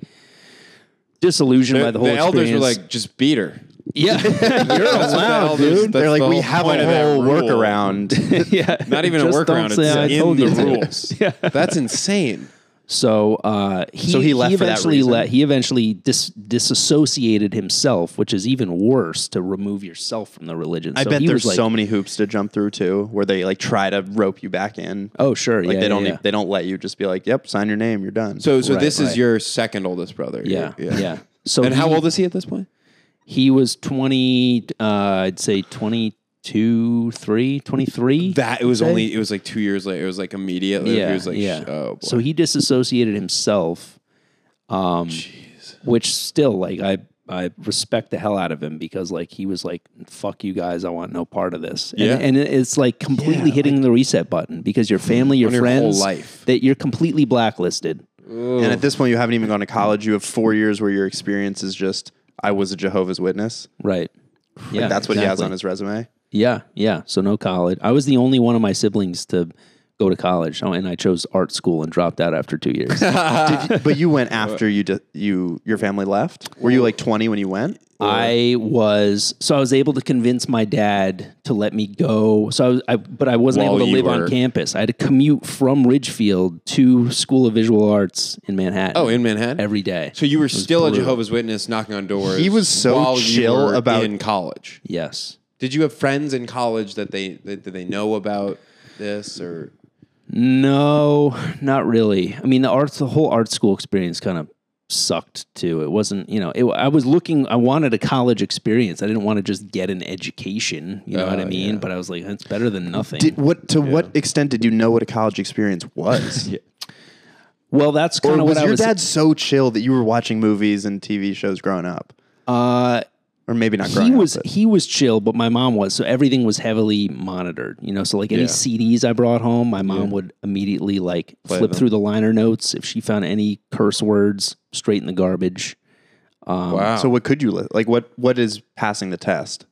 Speaker 4: disillusioned by the whole
Speaker 3: elders were
Speaker 4: experience.
Speaker 3: like, just beat her.
Speaker 4: Yeah, you're allowed,
Speaker 3: elders- that's
Speaker 4: dude.
Speaker 2: They're like,
Speaker 3: the
Speaker 2: we
Speaker 3: whole
Speaker 2: have
Speaker 3: point
Speaker 2: a
Speaker 3: of that
Speaker 2: whole
Speaker 3: rule.
Speaker 2: workaround.
Speaker 4: yeah,
Speaker 3: Not even
Speaker 4: Just
Speaker 3: a workaround.
Speaker 4: don't say
Speaker 3: It's
Speaker 4: I
Speaker 3: in
Speaker 4: told
Speaker 3: the
Speaker 4: you to.
Speaker 3: rules. That's insane.
Speaker 4: So uh, he
Speaker 2: So he left for that
Speaker 4: eventually
Speaker 2: reason?
Speaker 4: he eventually dis- disassociated himself, which is even worse to remove yourself from the religion.
Speaker 2: I
Speaker 4: so
Speaker 2: bet
Speaker 4: he
Speaker 2: there's
Speaker 4: was like,
Speaker 2: so many hoops to jump through too, where they like try to rope you back in.
Speaker 4: Oh sure,
Speaker 2: like
Speaker 4: yeah,
Speaker 2: they don't
Speaker 4: yeah,
Speaker 2: e- they don't let you just be like, yep, sign your name, you're done.
Speaker 3: So so
Speaker 4: Right,
Speaker 3: this is
Speaker 4: right.
Speaker 3: your second oldest brother.
Speaker 4: yeah,
Speaker 3: Your-
Speaker 4: yeah. So
Speaker 3: and how
Speaker 4: he-
Speaker 3: old is he at this point?
Speaker 4: He was 20, uh, I'd say 22, 3, 23.
Speaker 3: That it was
Speaker 4: Say?
Speaker 3: only it was like two years later. It was like immediately.
Speaker 4: yeah,
Speaker 3: he was like,
Speaker 4: yeah.
Speaker 3: sh- oh boy.
Speaker 4: so he disassociated himself, um, which still like I I respect the hell out of him because like he was like fuck you guys I want no part of this And-
Speaker 3: Yeah.
Speaker 4: and, it's like completely hitting the reset button because your family your
Speaker 3: On your whole
Speaker 4: friends
Speaker 3: life.
Speaker 4: that you're completely blacklisted
Speaker 2: and at this point, you haven't even gone to college. You have four years where your experience is just, I was a Jehovah's Witness.
Speaker 4: right yeah
Speaker 2: Like, that's what he has
Speaker 4: exactly.
Speaker 2: on his resume.
Speaker 4: Yeah, yeah. So no college. I was the only one of my siblings to go to college, oh, and I chose art school and dropped out after two years.
Speaker 2: But you went after you di- you your family left. Were you like 20 when you went?
Speaker 4: I was so I was able to convince my dad to let me go. So I, was, I but I wasn't
Speaker 3: While
Speaker 4: able to
Speaker 3: you
Speaker 4: live
Speaker 3: were-
Speaker 4: on campus. I had to commute from Ridgefield to School of Visual Arts in Manhattan.
Speaker 3: oh, in Manhattan
Speaker 4: every day.
Speaker 3: So you were still a Jehovah's Witness knocking on doors.
Speaker 2: He was so
Speaker 3: while you
Speaker 2: chill
Speaker 3: were
Speaker 2: about-
Speaker 3: in college.
Speaker 4: yes.
Speaker 3: Did you have friends in college that they that, that they know about this or?
Speaker 4: No, not really. I mean, the arts, the whole art school experience kind of sucked too. It wasn't, you know, it, I was looking, I wanted a college experience. I didn't want to just get an education, you know what I mean? But I was like, that's better than nothing.
Speaker 2: Oh, Did, what to what extent did you know what a college experience was?
Speaker 4: well, that's
Speaker 2: Or
Speaker 4: kind of
Speaker 2: was
Speaker 4: what I
Speaker 2: your
Speaker 4: was.
Speaker 2: dad so chill that you were watching movies and TV shows growing up?
Speaker 4: uh,
Speaker 2: Or maybe not growing
Speaker 4: he was
Speaker 2: up. but-
Speaker 4: he was chill, but my mom was so everything was heavily monitored. You know, so like any
Speaker 3: Yeah.
Speaker 4: CDs I brought home, my mom would immediately like flip
Speaker 3: them.
Speaker 4: through the liner notes if she found any curse words straight in the garbage.
Speaker 3: wow.
Speaker 2: So what could you li- like? What what is passing the test?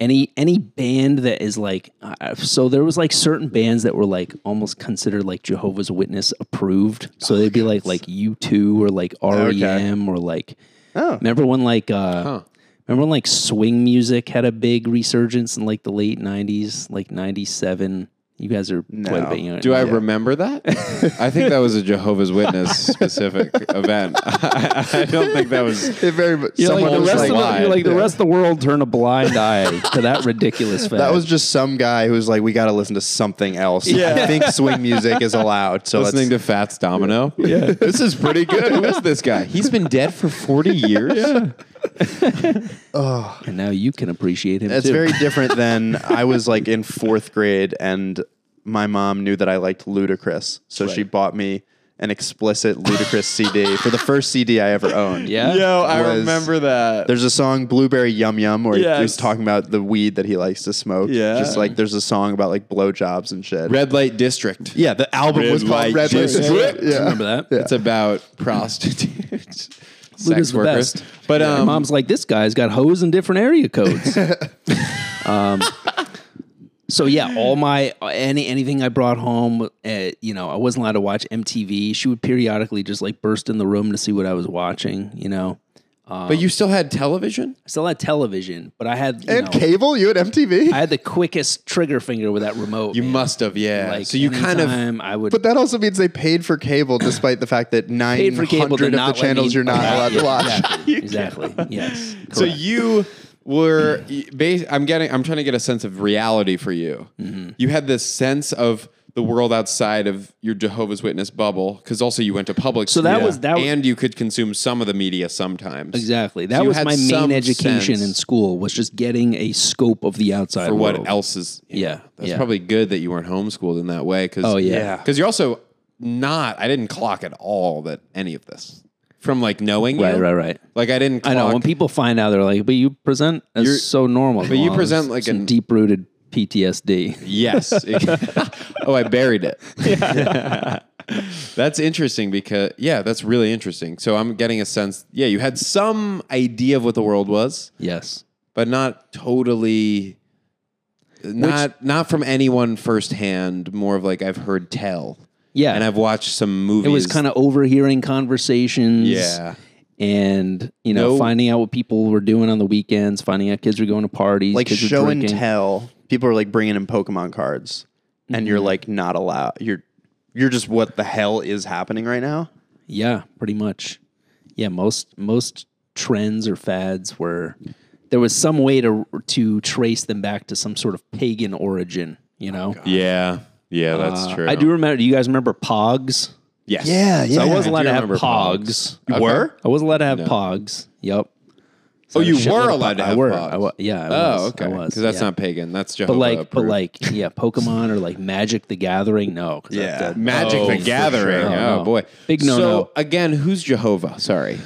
Speaker 4: any any band that is like uh, so there was like certain bands that were like almost considered like Jehovah's Witness approved so they'd be like like U2 or like REM or like
Speaker 2: Oh,
Speaker 4: remember when like uh
Speaker 3: Huh.
Speaker 4: remember when like swing music had a big resurgence in like the late 90s like 97 you guys are quite a
Speaker 2: No.
Speaker 4: bit younger
Speaker 3: Do I remember that? I think that was a Jehovah's Witness specific event. I, I don't think that was.
Speaker 2: it very. much someone
Speaker 4: like, the
Speaker 2: was
Speaker 4: rest, of the,
Speaker 3: why?
Speaker 4: you're like the rest of the world turn a blind eye to that ridiculous fact
Speaker 2: that was just some guy who was like, "We got to listen to something else." I think swing music is allowed. So let's-
Speaker 3: Listening to Fats Domino. Yeah. This is pretty good. Who is this guy? He's been dead for 40 years.
Speaker 4: and now you can appreciate him
Speaker 2: It's
Speaker 4: too.
Speaker 2: very different than I was like in fourth grade, and my mom knew that I liked Ludacris, so she bought me an explicit Ludacris CD for the first CD I ever owned.
Speaker 4: yeah
Speaker 3: Yo, I
Speaker 2: Was-
Speaker 3: remember that.
Speaker 2: There's a song Blueberry Yum Yum where he was
Speaker 3: Yes.
Speaker 2: talking about the weed that he likes to smoke.
Speaker 3: Yeah.
Speaker 2: Just like there's a song about like blowjobs and shit.
Speaker 3: Red Light District.
Speaker 2: yeah, the album
Speaker 3: Red
Speaker 2: was called
Speaker 3: Light
Speaker 2: Red Light
Speaker 3: District.
Speaker 2: District. Yeah.
Speaker 4: remember that
Speaker 3: It's about prostitutes,
Speaker 4: Luda's
Speaker 3: sex workers.
Speaker 4: The best.
Speaker 3: But
Speaker 4: Yeah,
Speaker 3: um,
Speaker 4: mom's like, this guy's got hoes in different area codes. um, so yeah, all my any anything I brought home, uh, you know, I wasn't allowed to watch MTV. She would periodically just like burst in the room to see what I was watching. You know,
Speaker 3: but you still had television?
Speaker 4: I still had television, but I had you
Speaker 2: and
Speaker 4: know,
Speaker 2: cable, you at MTV.
Speaker 4: I had the quickest trigger finger with that remote.
Speaker 3: You
Speaker 4: man.
Speaker 3: must have, yeah.
Speaker 4: Like,
Speaker 3: so you kind of
Speaker 4: anytime I would
Speaker 2: but that also means they paid for cable, despite the fact that nine
Speaker 4: paid for cable to
Speaker 2: hundred
Speaker 4: not
Speaker 2: of the
Speaker 4: let me-
Speaker 2: channels you're not
Speaker 4: Yeah,
Speaker 2: allowed to watch.
Speaker 4: Exactly. exactly. Yes.
Speaker 3: so
Speaker 4: correct.
Speaker 3: you were bas I'm getting I'm trying to get a sense of reality for you.
Speaker 4: Mm-hmm.
Speaker 3: You had this sense of the world outside of your Jehovah's Witness bubble because also you went to public
Speaker 4: So that
Speaker 3: school,
Speaker 4: was- that was-
Speaker 3: and you could consume some of the media sometimes
Speaker 4: Exactly. That
Speaker 3: you
Speaker 4: was
Speaker 3: had
Speaker 4: my
Speaker 3: some
Speaker 4: main education
Speaker 3: sense.
Speaker 4: in school was just getting a scope of the outside
Speaker 3: for
Speaker 4: world.
Speaker 3: what else is
Speaker 4: Yeah,
Speaker 3: that's
Speaker 4: yeah.
Speaker 3: probably good that you weren't homeschooled in that way because
Speaker 4: Oh, yeah. Yeah.
Speaker 3: because you're also not I didn't clock at all that any of this from like knowing
Speaker 4: Right,
Speaker 3: you.
Speaker 4: right, right.
Speaker 3: like I didn't
Speaker 4: I
Speaker 3: clock
Speaker 4: know when people find out, they're like, "But you present as
Speaker 3: You're-
Speaker 4: so normal." But
Speaker 3: you present like an-
Speaker 4: deep rooted PTSD.
Speaker 3: Yes. oh, I buried it. that's interesting because yeah, that's really interesting. So I'm getting a sense. Yeah, you had some idea of what the world was,
Speaker 4: yes.
Speaker 3: but not totally. Not not from anyone firsthand. More of like I've heard tell.
Speaker 4: Yeah.
Speaker 3: and I've watched some movies.
Speaker 4: It was kind of overhearing conversations.
Speaker 3: yeah.
Speaker 4: And you know,
Speaker 3: No-
Speaker 4: finding out what people were doing on the weekends, finding out kids were going to parties,
Speaker 2: like
Speaker 4: kids were
Speaker 2: show and
Speaker 4: drinking.
Speaker 2: tell. People are like bringing in Pokemon cards, and
Speaker 4: Mm-hmm.
Speaker 2: you're like not allowed. You're you're just what the hell is happening right now?
Speaker 4: Yeah, pretty much. Yeah, most most trends or fads were there was some way to to trace them back to some sort of pagan origin. You know,
Speaker 3: Yeah. Yeah, that's
Speaker 4: Uh,
Speaker 3: true.
Speaker 4: I do remember. Do you guys remember Pogs?
Speaker 3: Yes.
Speaker 4: So I was
Speaker 3: I
Speaker 4: allowed
Speaker 3: do
Speaker 4: to have
Speaker 3: remember
Speaker 4: Pogs.
Speaker 3: Pogs. Oh,
Speaker 2: You
Speaker 3: Okay.
Speaker 2: were?
Speaker 4: I was allowed to have Pogs. Yep.
Speaker 3: Oh, you
Speaker 4: Shitload
Speaker 3: were
Speaker 4: of
Speaker 3: allowed to
Speaker 4: Pogs.
Speaker 3: have
Speaker 4: I were.
Speaker 3: Pogs.
Speaker 4: I wa- yeah. I
Speaker 3: Oh,
Speaker 4: was. I
Speaker 3: okay.
Speaker 4: was,
Speaker 3: Because that's
Speaker 4: yeah.
Speaker 3: not pagan. That's Jehovah.
Speaker 4: But like, but
Speaker 3: approved.
Speaker 4: like, yeah, Pokemon or like Magic the Gathering. No, 'cause that-
Speaker 2: Yeah.
Speaker 4: that-
Speaker 3: Magic
Speaker 2: Oh,
Speaker 3: the
Speaker 2: for
Speaker 3: Gathering.
Speaker 4: sure.
Speaker 3: Oh,
Speaker 4: No.
Speaker 3: boy.
Speaker 4: Big no,
Speaker 3: So
Speaker 4: no.
Speaker 3: again, who's Jehovah? Sorry.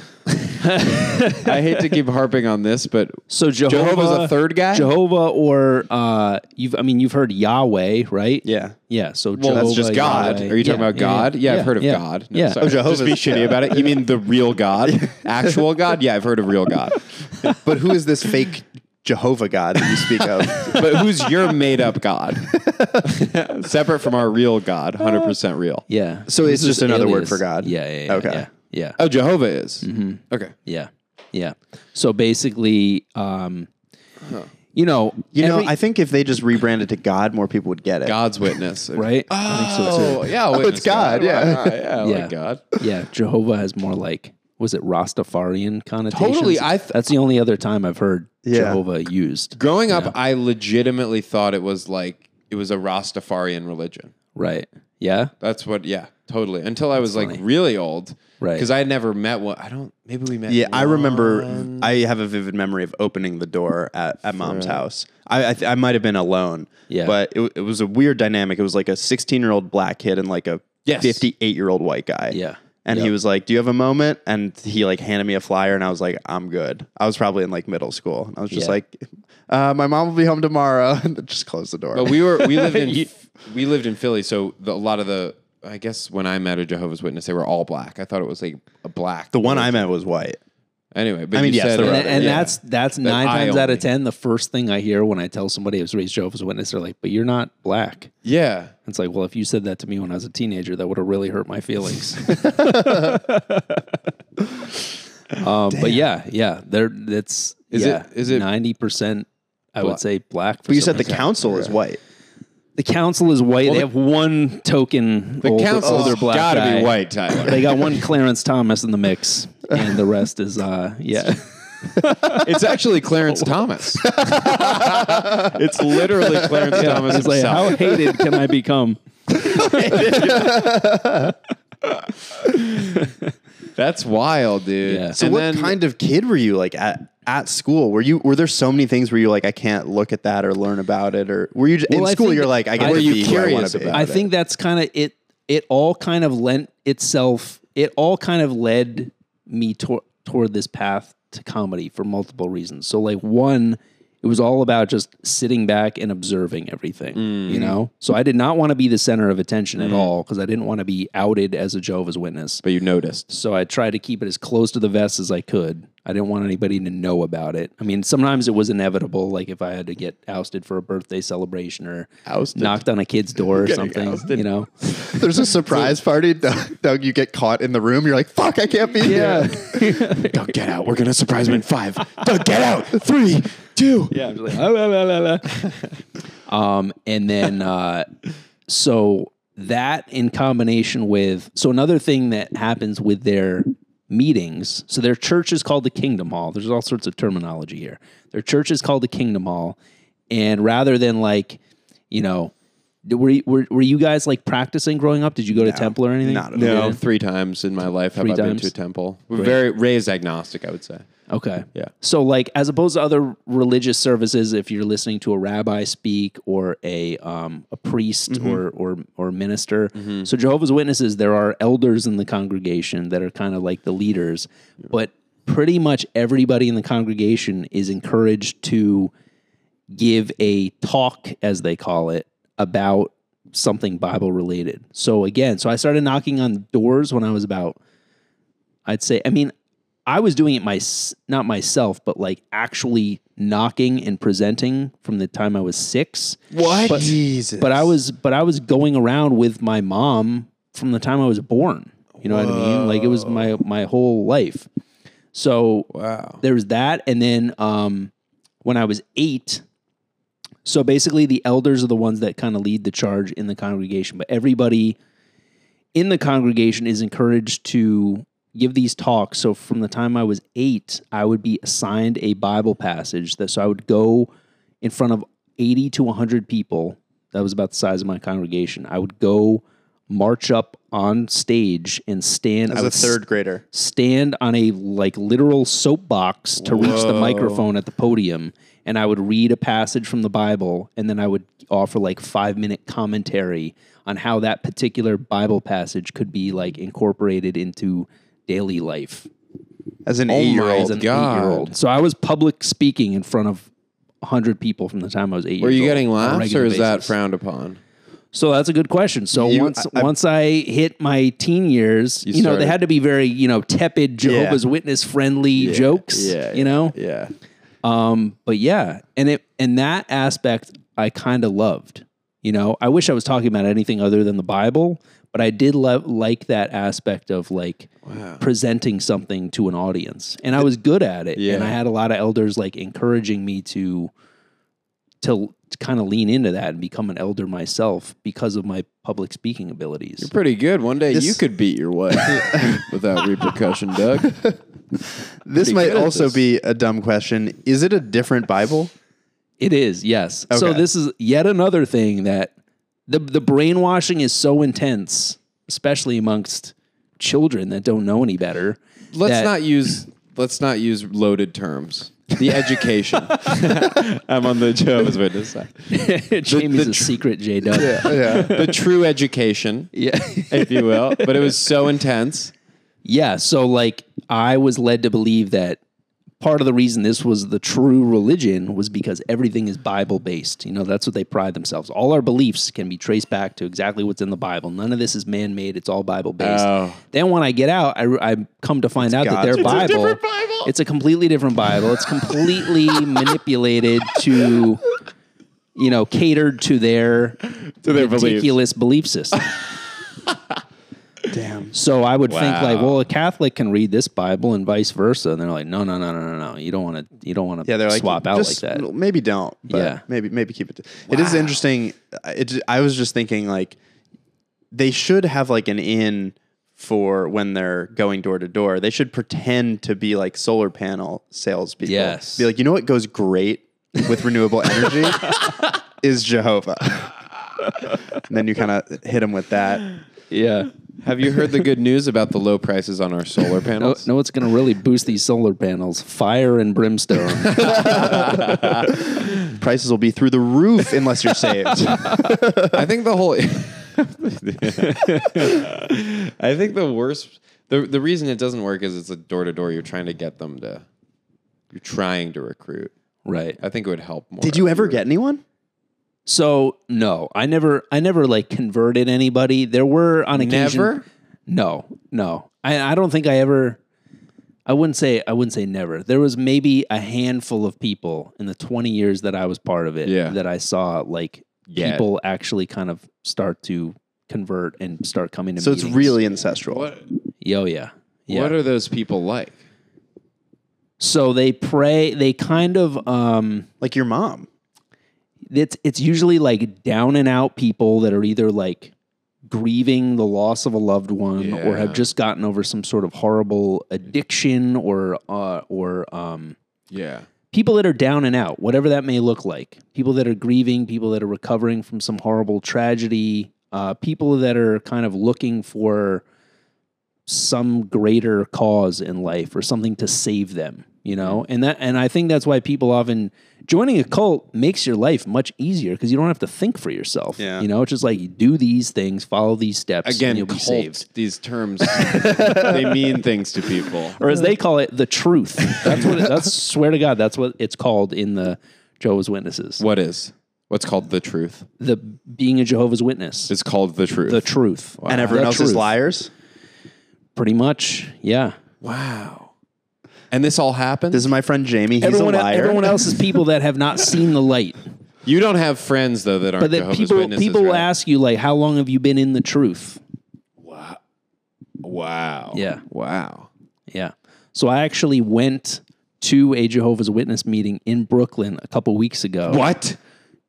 Speaker 3: I hate to keep harping on this, but
Speaker 4: So Jehovah,
Speaker 3: Jehovah's a third guy?
Speaker 4: Jehovah, or uh, you've I mean you've heard Yahweh, right?
Speaker 2: Yeah.
Speaker 4: yeah. So
Speaker 3: well, that's just God.
Speaker 4: Yahweh.
Speaker 3: Are you talking
Speaker 4: Yeah,
Speaker 3: about God? Yeah, I've heard of
Speaker 4: yeah.
Speaker 3: God. No,
Speaker 4: yeah,
Speaker 3: sorry.
Speaker 2: Jehovah's-
Speaker 3: Just be shitty about it. You mean the real God, actual God? Yeah, I've heard of real God.
Speaker 2: But who is this fake Jehovah God that you speak of?
Speaker 3: but who's your made up God? Separate from our real God, 100% real.
Speaker 4: yeah.
Speaker 2: So it's
Speaker 4: This is
Speaker 2: just another word
Speaker 4: alias.
Speaker 2: for God.
Speaker 4: Yeah, yeah, yeah
Speaker 2: Okay.
Speaker 4: yeah, yeah.
Speaker 3: Oh, Jehovah is.
Speaker 2: Mm-hmm.
Speaker 3: Okay.
Speaker 4: Yeah. Yeah. So basically, um, you know,
Speaker 2: You know,
Speaker 4: every-
Speaker 2: I think if they just rebranded to God, more people would get it.
Speaker 3: God's witness.
Speaker 4: right?
Speaker 3: Oh, yeah. witness
Speaker 2: God, yeah.
Speaker 3: Right, right, yeah, I
Speaker 4: Yeah.
Speaker 3: like God.
Speaker 4: yeah. Jehovah has more like, was it Rastafarian connotations?
Speaker 3: Totally, I th-
Speaker 4: That's the only other time I've heard
Speaker 2: Yeah.
Speaker 4: Jehovah used.
Speaker 3: Growing up, I legitimately thought it was like, it was a Rastafarian religion.
Speaker 4: Right. Yeah.
Speaker 3: That's what, yeah, totally. Until I was like really old.
Speaker 4: Right.
Speaker 3: Because I had never met one. I don't, maybe we met.
Speaker 2: Yeah, I remember.
Speaker 3: one.
Speaker 2: I have a vivid memory of opening the door at, at mom's house. I I, th- I might have been alone.
Speaker 4: Yeah.
Speaker 2: but it, w- it was a weird dynamic. It was like a 16 year old black kid and like a
Speaker 3: Yes.
Speaker 2: 58 year old white guy.
Speaker 4: Yeah.
Speaker 2: and he
Speaker 4: Yep.
Speaker 2: was like, "Do you have a moment?" And he like handed me a flyer, and I was like, "I'm good." I was probably in like middle school, and I was just
Speaker 4: Yeah.
Speaker 2: like, uh, "My mom will be home tomorrow," and just closed the door.
Speaker 3: But we were we lived in we lived in Philly, so the, a lot of the I guess when I met a Jehovah's Witness, they were all black. I thought it was like a black.
Speaker 2: the one I met was white.
Speaker 3: anyway. But
Speaker 2: I mean,
Speaker 3: you
Speaker 2: yes,
Speaker 3: said,
Speaker 2: there
Speaker 4: And,
Speaker 2: Brother,
Speaker 4: and
Speaker 3: yeah.
Speaker 4: that's that's nine
Speaker 3: I
Speaker 4: times out
Speaker 3: only-
Speaker 4: of ten. The first thing I hear when I tell somebody I was raised Jehovah's Witness, they're like, "But you're not black."
Speaker 3: yeah.
Speaker 4: It's like, well, if you said that to me when I was a teenager, that would have really hurt my feelings. um, but yeah, yeah, there. That's
Speaker 3: Is
Speaker 4: yeah,
Speaker 3: it- is it
Speaker 4: ninety percent? I would say black.
Speaker 2: But you said the council is white.
Speaker 4: the council is white. they have one token.
Speaker 3: The
Speaker 4: old,
Speaker 3: council
Speaker 4: older
Speaker 3: has
Speaker 4: black
Speaker 3: got to
Speaker 4: guy.
Speaker 3: be white, Tyler.
Speaker 4: They got one Clarence Thomas in the mix, and the rest is uh, yeah.
Speaker 3: it's actually Clarence Thomas. it's literally Clarence Thomas
Speaker 4: It's like,
Speaker 3: himself.
Speaker 4: how hated can I become?
Speaker 3: that's wild, dude.
Speaker 4: Yeah.
Speaker 2: So
Speaker 3: And
Speaker 2: what
Speaker 3: then-
Speaker 2: kind of kid were you like at at school? Were you were there so many things where you like I can't look at that or learn about it or were you just, in
Speaker 4: Well, I
Speaker 2: school
Speaker 4: think-
Speaker 2: you're like I get
Speaker 4: Were
Speaker 2: to
Speaker 4: you
Speaker 2: be who I want
Speaker 3: curious
Speaker 2: to be.
Speaker 3: about
Speaker 4: I think that's kind of it. It all kind of lent itself. It all kind of led me tor- toward this path to comedy for multiple reasons. So, like one, It was all about just sitting back and observing everything,
Speaker 2: Mm.
Speaker 4: you know? So I did not want to be the center of attention at all because I didn't want to be outed as a Jehovah's Witness.
Speaker 3: But you noticed.
Speaker 4: So I tried to keep it as close to the vest as I could. I didn't want anybody to know about it. I mean, sometimes it was inevitable, like if I had to get ousted for a birthday celebration or
Speaker 2: Ousted.
Speaker 4: knocked on a kid's door or something, you know?
Speaker 2: There's a surprise party. Doug, Doug, you get caught in the room. You're like, fuck, I can't be here.
Speaker 3: Doug, get out. We're gonna surprise him in five. Doug, get out. Three, two. Yeah.
Speaker 4: Um, and then uh, so that in combination with so another thing that happens with their meetings. So their church is called the Kingdom Hall. There's all sorts of terminology here. Their church is called the Kingdom Hall, and rather than like, you know. Were you, were, were you guys like practicing growing up? Did you go to temple or anything?
Speaker 2: not at
Speaker 4: You
Speaker 3: No,
Speaker 4: didn't?
Speaker 3: three times in my life have
Speaker 4: Three
Speaker 3: I been
Speaker 4: times?
Speaker 3: to a temple. We're very raised agnostic, I would say.
Speaker 4: Okay.
Speaker 3: Yeah.
Speaker 4: So, like, as opposed to other religious services, if you're listening to a rabbi speak or a um, a priest or or or minister, so Jehovah's Witnesses, there are elders in the congregation that are kind of like the leaders, but pretty much everybody in the congregation is encouraged to give a talk, as they call it, about something Bible related. So again, so I started knocking on doors when I was about, I'd say, I mean, I was doing it my not myself, but like actually knocking and presenting from the time I was six.
Speaker 2: What?
Speaker 4: But,
Speaker 2: Jesus.
Speaker 4: but I was but I was going around with my mom from the time I was born. You know what I mean? Like it was my my whole life. So
Speaker 3: Wow.
Speaker 4: there was that and then um when i was eight so basically the elders are the ones that kind of lead the charge in the congregation but everybody in the congregation is encouraged to give these talks so from the time i was eight i would be assigned a bible passage that so i would go in front of 80 to 100 people that was about the size of my congregation i would go march up on stage and stand I
Speaker 2: As a
Speaker 4: would
Speaker 2: third grader.
Speaker 4: stand on a like literal soapbox to reach the microphone at the podium and I would read a passage from the Bible and then I would offer like 5 minute commentary on how that particular Bible passage could be like incorporated into daily life
Speaker 2: As an
Speaker 3: my
Speaker 2: eight year old.
Speaker 4: as an
Speaker 3: God.
Speaker 4: 8-year-old. So I was public speaking in front of 100 people from the time I was 8
Speaker 3: Were
Speaker 4: years
Speaker 3: you
Speaker 4: old
Speaker 3: getting
Speaker 4: on a
Speaker 3: laughs
Speaker 4: regular
Speaker 3: or is that
Speaker 4: basis.
Speaker 3: frowned upon?
Speaker 4: So that's a good question. So
Speaker 2: You-
Speaker 4: once
Speaker 2: I- I-
Speaker 4: once I hit my teen years, you, know, they
Speaker 3: started-
Speaker 4: had to be very, you know, tepid Jehovah's Witness friendly jokes, you know?
Speaker 3: Yeah.
Speaker 4: Um, but yeah, and it and that aspect I kind of loved. You know, I wish I was talking about anything other than the Bible, but I did love like that aspect of like presenting something to an audience, and I was good at it.
Speaker 3: Yeah.
Speaker 4: And I had a lot of elders like encouraging me to to kind of lean into that and become an elder myself because of my public speaking abilities.
Speaker 3: Pretty good. One day
Speaker 2: This-
Speaker 3: you could beat your wife without repercussion, Doug.
Speaker 2: This
Speaker 3: pretty
Speaker 2: might
Speaker 3: good at
Speaker 2: also
Speaker 3: this.
Speaker 2: be a dumb question. Is it a different Bible?
Speaker 4: It is, yes. So
Speaker 2: Okay.
Speaker 4: this is yet another thing that the the brainwashing is so intense, especially amongst children that don't know any better.
Speaker 3: Let's
Speaker 4: that-
Speaker 3: not use let's not use loaded terms. The education. I'm on the Jehovah's Witness side.
Speaker 4: Jamie's a secret J Dub. Yeah.
Speaker 2: Yeah.
Speaker 3: The true education,
Speaker 4: yeah.
Speaker 3: if you will. But it was so intense.
Speaker 4: So like I was led to believe that part of the reason this was the true religion was because everything is Bible based. You know, that's what they pride themselves. All our beliefs can be traced back to exactly what's in the Bible. None of this is man made. It's all Bible based.
Speaker 3: Oh.
Speaker 4: Then when I get out, I, I come to find out that
Speaker 2: God's
Speaker 4: their
Speaker 2: Bible.
Speaker 4: Bible, it's a completely different Bible. It's completely manipulated to, you know, catered to their
Speaker 3: To their
Speaker 4: ridiculous belief system.
Speaker 2: Damn.
Speaker 4: So I would think like,
Speaker 3: Wow.
Speaker 4: well, a Catholic can read this Bible and vice versa, and they're like, no, no, no, no, no, no, you don't want to, you don't want to,
Speaker 2: Yeah, they're like
Speaker 4: swap out like
Speaker 2: "Just-
Speaker 4: that.
Speaker 2: Maybe don't. But
Speaker 4: Yeah.
Speaker 2: Maybe maybe keep it. It is interesting. I- It, ju- I was just thinking like they should have like an in for when they're going door to door. They should pretend to be like solar panel salespeople.
Speaker 4: Yes.
Speaker 2: Be like, you know what goes great with renewable energy is Jehovah. and then you kind of hit them with that.
Speaker 4: Yeah.
Speaker 3: Have you heard the good news about the low prices on our solar
Speaker 4: No,
Speaker 3: panels?
Speaker 4: no, it's going to really boost these solar panels. Fire and brimstone.
Speaker 2: Prices will be through the roof unless you're saved.
Speaker 3: I think the whole. I think the worst. The, the reason it doesn't work is it's a door to door. You're trying to get them to. You're trying to recruit.
Speaker 4: Right.
Speaker 3: I think it would help more.
Speaker 2: Did you
Speaker 3: if
Speaker 2: ever
Speaker 3: were-
Speaker 2: get anyone?
Speaker 4: So no, I never, I never like converted anybody. There were on occasion.
Speaker 3: Never?
Speaker 4: No, no. I, I don't think I ever. I wouldn't say I wouldn't say never. There was maybe a handful of people in the twenty years that I was part of it
Speaker 3: Yeah.
Speaker 4: that I saw like
Speaker 3: Yeah.
Speaker 4: people actually kind of start to convert and start coming to.
Speaker 2: So it's
Speaker 4: meetings.
Speaker 2: really ancestral.
Speaker 3: What,
Speaker 4: yo yeah yeah.
Speaker 3: what are those people like?
Speaker 4: so they pray. They kind of um.
Speaker 2: Like your mom.
Speaker 4: it's it's usually like down and out people that are either like grieving the loss of a loved one or
Speaker 3: Yeah.
Speaker 4: have just gotten over some sort of horrible addiction or uh, or um,
Speaker 3: Yeah.
Speaker 4: people that are down and out, whatever that may look like. People that are grieving, people that are recovering from some horrible tragedy, uh, people that are kind of looking for some greater cause in life or something to save them, you know? And that and I think that's why people often joining a cult makes your life much easier because you don't have to think for yourself.
Speaker 2: Yeah.
Speaker 4: You know, it's just like you do these things, follow these steps, and
Speaker 3: Again,
Speaker 4: you'll be
Speaker 3: cult,
Speaker 4: saved.
Speaker 3: these terms, they mean things to people.
Speaker 4: or as they call it, the truth. That's what it, that's swear to God, that's what it's called in the Jehovah's Witnesses.
Speaker 3: What is? What's called the truth?
Speaker 4: the being a Jehovah's Witness.
Speaker 3: It's called the truth.
Speaker 4: the truth.
Speaker 2: And everyone
Speaker 4: The
Speaker 2: else is
Speaker 4: truth.
Speaker 2: liars.
Speaker 4: Pretty much. Yeah.
Speaker 3: wow. And this all happened?
Speaker 2: This is my friend Jamie. He's
Speaker 4: everyone, e-
Speaker 2: a liar.
Speaker 4: everyone else is people that have not seen the light.
Speaker 3: you don't have friends, though, that aren't
Speaker 4: But that
Speaker 3: Jehovah's
Speaker 4: people
Speaker 3: Witnesses,
Speaker 4: people will
Speaker 3: right?
Speaker 4: ask you like, how long have you been in the truth?
Speaker 3: Wow.
Speaker 4: Yeah.
Speaker 3: Wow.
Speaker 4: Yeah. So I actually went to a Jehovah's Witness meeting in Brooklyn a couple weeks ago
Speaker 3: What?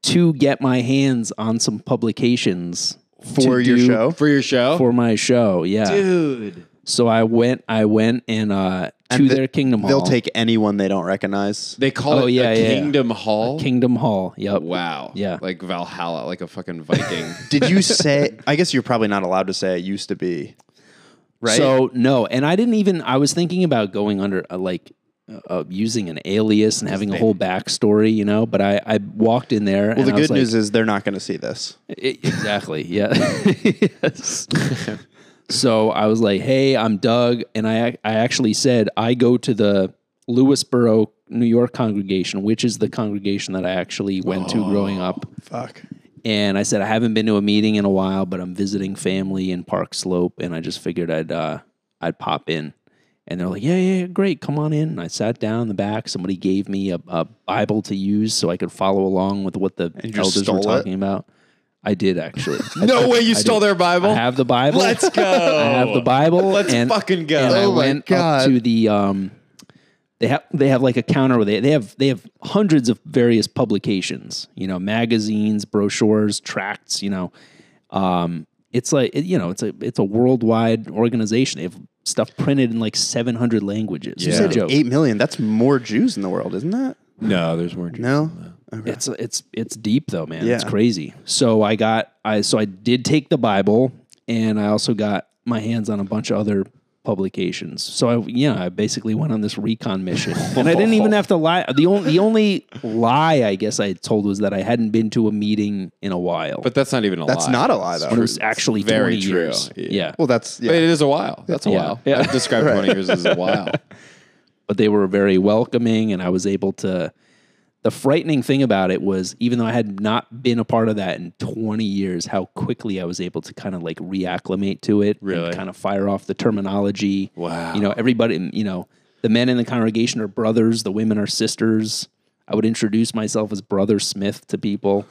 Speaker 4: to get my hands on some publications
Speaker 2: for
Speaker 4: to
Speaker 2: your
Speaker 4: do
Speaker 2: show.
Speaker 3: For your show?
Speaker 4: for my show. Yeah.
Speaker 3: Dude.
Speaker 4: So I went. I went and uh, to
Speaker 2: And the-
Speaker 4: their Kingdom Hall.
Speaker 2: They'll take anyone they don't recognize.
Speaker 3: They call
Speaker 4: Oh,
Speaker 3: it
Speaker 4: yeah,
Speaker 3: a
Speaker 4: yeah.
Speaker 3: Kingdom Hall.
Speaker 4: Kingdom Hall. Yep.
Speaker 3: wow.
Speaker 4: Yeah.
Speaker 3: Like Valhalla, like a fucking Viking.
Speaker 2: Did you say? I guess you're probably not allowed to say it used to be, right?
Speaker 4: So no, and I didn't even. I was thinking about going under uh, like uh, uh, using an alias and having a whole backstory, you know. But I, I walked in there.
Speaker 2: well, the good news is they're not going to see this.
Speaker 4: "E-" exactly, yeah. Yes. So I was like, "Hey, I'm Doug," and I ac- I actually said I go to the Lewisboro, New York congregation, which is the congregation that I actually went to growing
Speaker 3: Oh,
Speaker 4: up.
Speaker 2: Fuck.
Speaker 4: And I said, I haven't been to a meeting in a while, but I'm visiting family in Park Slope, and I just figured I'd uh, I'd pop in. And they're like, yeah, yeah, yeah, great, come on in. And I sat down in the back. Somebody gave me a, a Bible to use so I could follow along with what the
Speaker 2: you just
Speaker 4: elders were
Speaker 2: stole it?
Speaker 4: talking about. I did actually. I-
Speaker 3: no way you stole their Bible.
Speaker 4: I have the Bible.
Speaker 3: Let's go.
Speaker 4: I have the Bible.
Speaker 3: Let's
Speaker 4: and-
Speaker 3: fucking go.
Speaker 4: And I
Speaker 2: Oh my
Speaker 4: went
Speaker 2: God.
Speaker 4: up to the um, they have they have like a counter where they they have they have hundreds of various publications, you know, magazines, brochures, tracts, you know. Um, it's like it, you know, it's a it's a worldwide organization. They have stuff printed in like seven hundred languages.
Speaker 2: You
Speaker 4: No
Speaker 2: said
Speaker 4: joke.
Speaker 2: eight million. That's more Jews in the world, isn't that?
Speaker 3: no, there's more.
Speaker 2: No. Okay.
Speaker 4: It's it's it's deep though, man. It's
Speaker 2: Yeah.
Speaker 4: crazy. So I got I so I did take the Bible and I also got my hands on a bunch of other publications. So I yeah, I basically went on this recon mission. and I didn't even have to lie. The only the only lie I guess I told was that I hadn't been to a meeting in a while.
Speaker 3: But that's not even a
Speaker 2: That's
Speaker 3: lie.
Speaker 2: not a lie,
Speaker 3: It's
Speaker 2: though.
Speaker 4: When it
Speaker 3: true.
Speaker 4: was actually
Speaker 3: It's very
Speaker 4: 20
Speaker 3: true.
Speaker 4: years.
Speaker 3: Yeah.
Speaker 4: Yeah.
Speaker 2: Well, that's
Speaker 3: But it
Speaker 2: yeah.
Speaker 3: is a while. That's a
Speaker 4: Yeah.
Speaker 3: while.
Speaker 4: Yeah.
Speaker 3: I've described 20 years as a while.
Speaker 4: But they were very welcoming and I was able to the frightening thing about it was even though I had not been a part of that in 20 years, how quickly I was able to kind of like reacclimate to it.
Speaker 3: Really?
Speaker 4: And kind of fire off the terminology.
Speaker 3: Wow.
Speaker 4: You know, everybody, you know, the men in the congregation are brothers, the women are sisters. I would introduce myself as Brother Smith to people.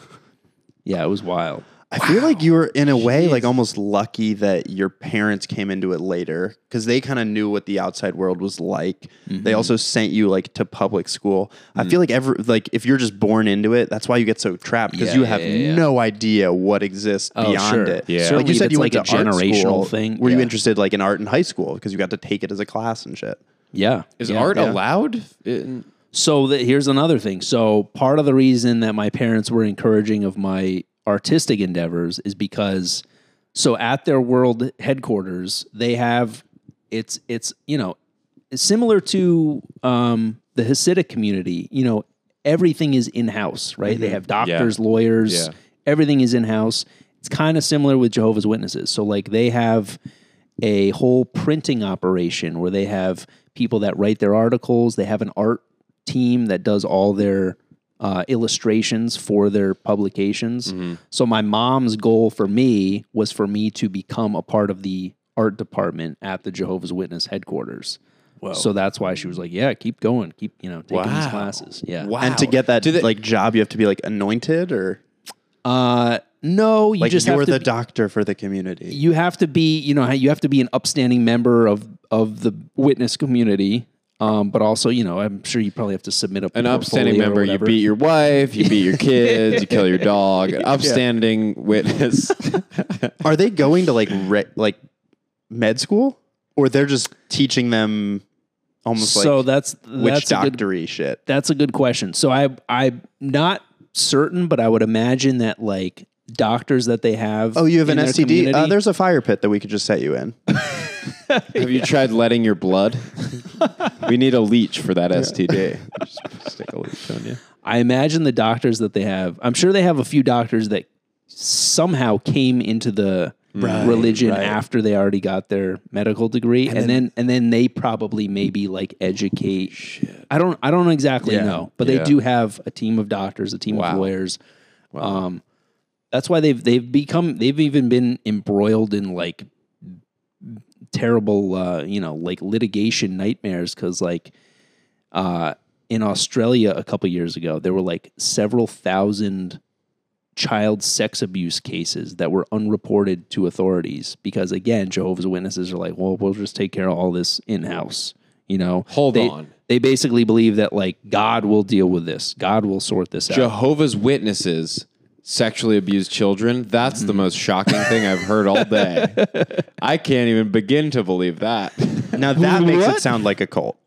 Speaker 4: Yeah, it was wild.
Speaker 2: I feel like you were in a way like almost lucky that your parents came into it later because they kind of knew what the outside world was like.
Speaker 4: Mm-hmm.
Speaker 2: They also sent you like to public school. I
Speaker 4: Mm.
Speaker 2: feel like every like if you're just born into it, that's why you get so trapped because
Speaker 4: Yeah,
Speaker 2: you
Speaker 4: yeah,
Speaker 2: have
Speaker 4: yeah, yeah.
Speaker 2: no idea what exists beyond
Speaker 4: sure.
Speaker 2: it.
Speaker 4: Yeah.
Speaker 2: like
Speaker 4: Certainly
Speaker 2: you
Speaker 4: if
Speaker 2: said, you went
Speaker 4: it's like
Speaker 2: to
Speaker 4: a
Speaker 2: art
Speaker 4: generational
Speaker 2: school.
Speaker 4: thing,
Speaker 2: Were you
Speaker 4: yeah.
Speaker 2: interested like in art in high school because you got to take it as a class and shit?
Speaker 4: Yeah.
Speaker 3: Is
Speaker 4: yeah.
Speaker 3: art
Speaker 2: Yeah.
Speaker 3: allowed? In,
Speaker 4: So that here's another thing. So part of the reason that my parents were encouraging of my artistic endeavors is because so at their world headquarters they have it's it's you know similar to um, the Hasidic community. You know everything is in house, right? They have doctors, lawyers,
Speaker 3: Yeah.
Speaker 4: everything is in house. It's kind of similar with Jehovah's Witnesses. So like they have a whole printing operation where they have people that write their articles. They have an art team that does all their uh, illustrations for their publications.
Speaker 2: Mm-hmm.
Speaker 4: So my mom's goal for me was for me to become a part of the art department at the Jehovah's Witness headquarters. So that's why she was like, "Yeah, keep going, keep you know taking these
Speaker 3: Wow.
Speaker 4: classes." Yeah.
Speaker 2: And to get that
Speaker 3: Do they-
Speaker 2: like job, you have to be like anointed or
Speaker 4: Uh, no, you
Speaker 2: like
Speaker 4: just
Speaker 2: you're
Speaker 4: have to
Speaker 2: the doctor for the community.
Speaker 4: you have to be you know you have to be an upstanding member of of the witness community um, but also you know i'm sure you probably have to submit a
Speaker 3: An
Speaker 4: portfolio
Speaker 3: upstanding
Speaker 4: or
Speaker 3: member, you
Speaker 4: whatever.
Speaker 3: beat your wife, you beat your kids, you kill your dog. An upstanding witness.
Speaker 2: Are they going to like re- like med school or they're just teaching them almost
Speaker 4: so
Speaker 2: like
Speaker 4: that's
Speaker 2: witch
Speaker 4: that's a good,
Speaker 2: doctory shit?
Speaker 4: that's a good question so i i'm not certain but i would imagine that like doctors that they have
Speaker 2: Oh, you have
Speaker 4: in
Speaker 2: an
Speaker 4: their
Speaker 2: STD? Uh,
Speaker 4: community-
Speaker 2: there's a fire pit that we could just set you in.
Speaker 3: Have you tried letting your blood? we need a leech for that STD. Just stick a leech on you.
Speaker 4: I imagine the doctors that they have. I'm sure they have a few doctors that somehow came into the religion after they already got their medical degree, and, then, and then they probably maybe like educate. I don't I don't exactly know, but they
Speaker 3: Yeah.
Speaker 4: do have a team of doctors, a team of
Speaker 3: Wow.
Speaker 4: lawyers. Um, that's why they've they've become they've even been embroiled in like terrible uh, you know like litigation nightmares because like uh, in Australia a couple years ago, there were like several thousand child sex abuse cases that were unreported to authorities because again, Jehovah's Witnesses are like, well, we'll just take care of all this in house. You know,
Speaker 3: Hold
Speaker 4: They-
Speaker 3: on.
Speaker 4: They basically believe that like God will deal with this. God will sort this out.
Speaker 3: Jehovah's Witnesses sexually abuse children. That's the
Speaker 4: Mm.
Speaker 3: most shocking thing I've heard all day. I can't even begin to believe that.
Speaker 2: Now that makes it sound like a cult.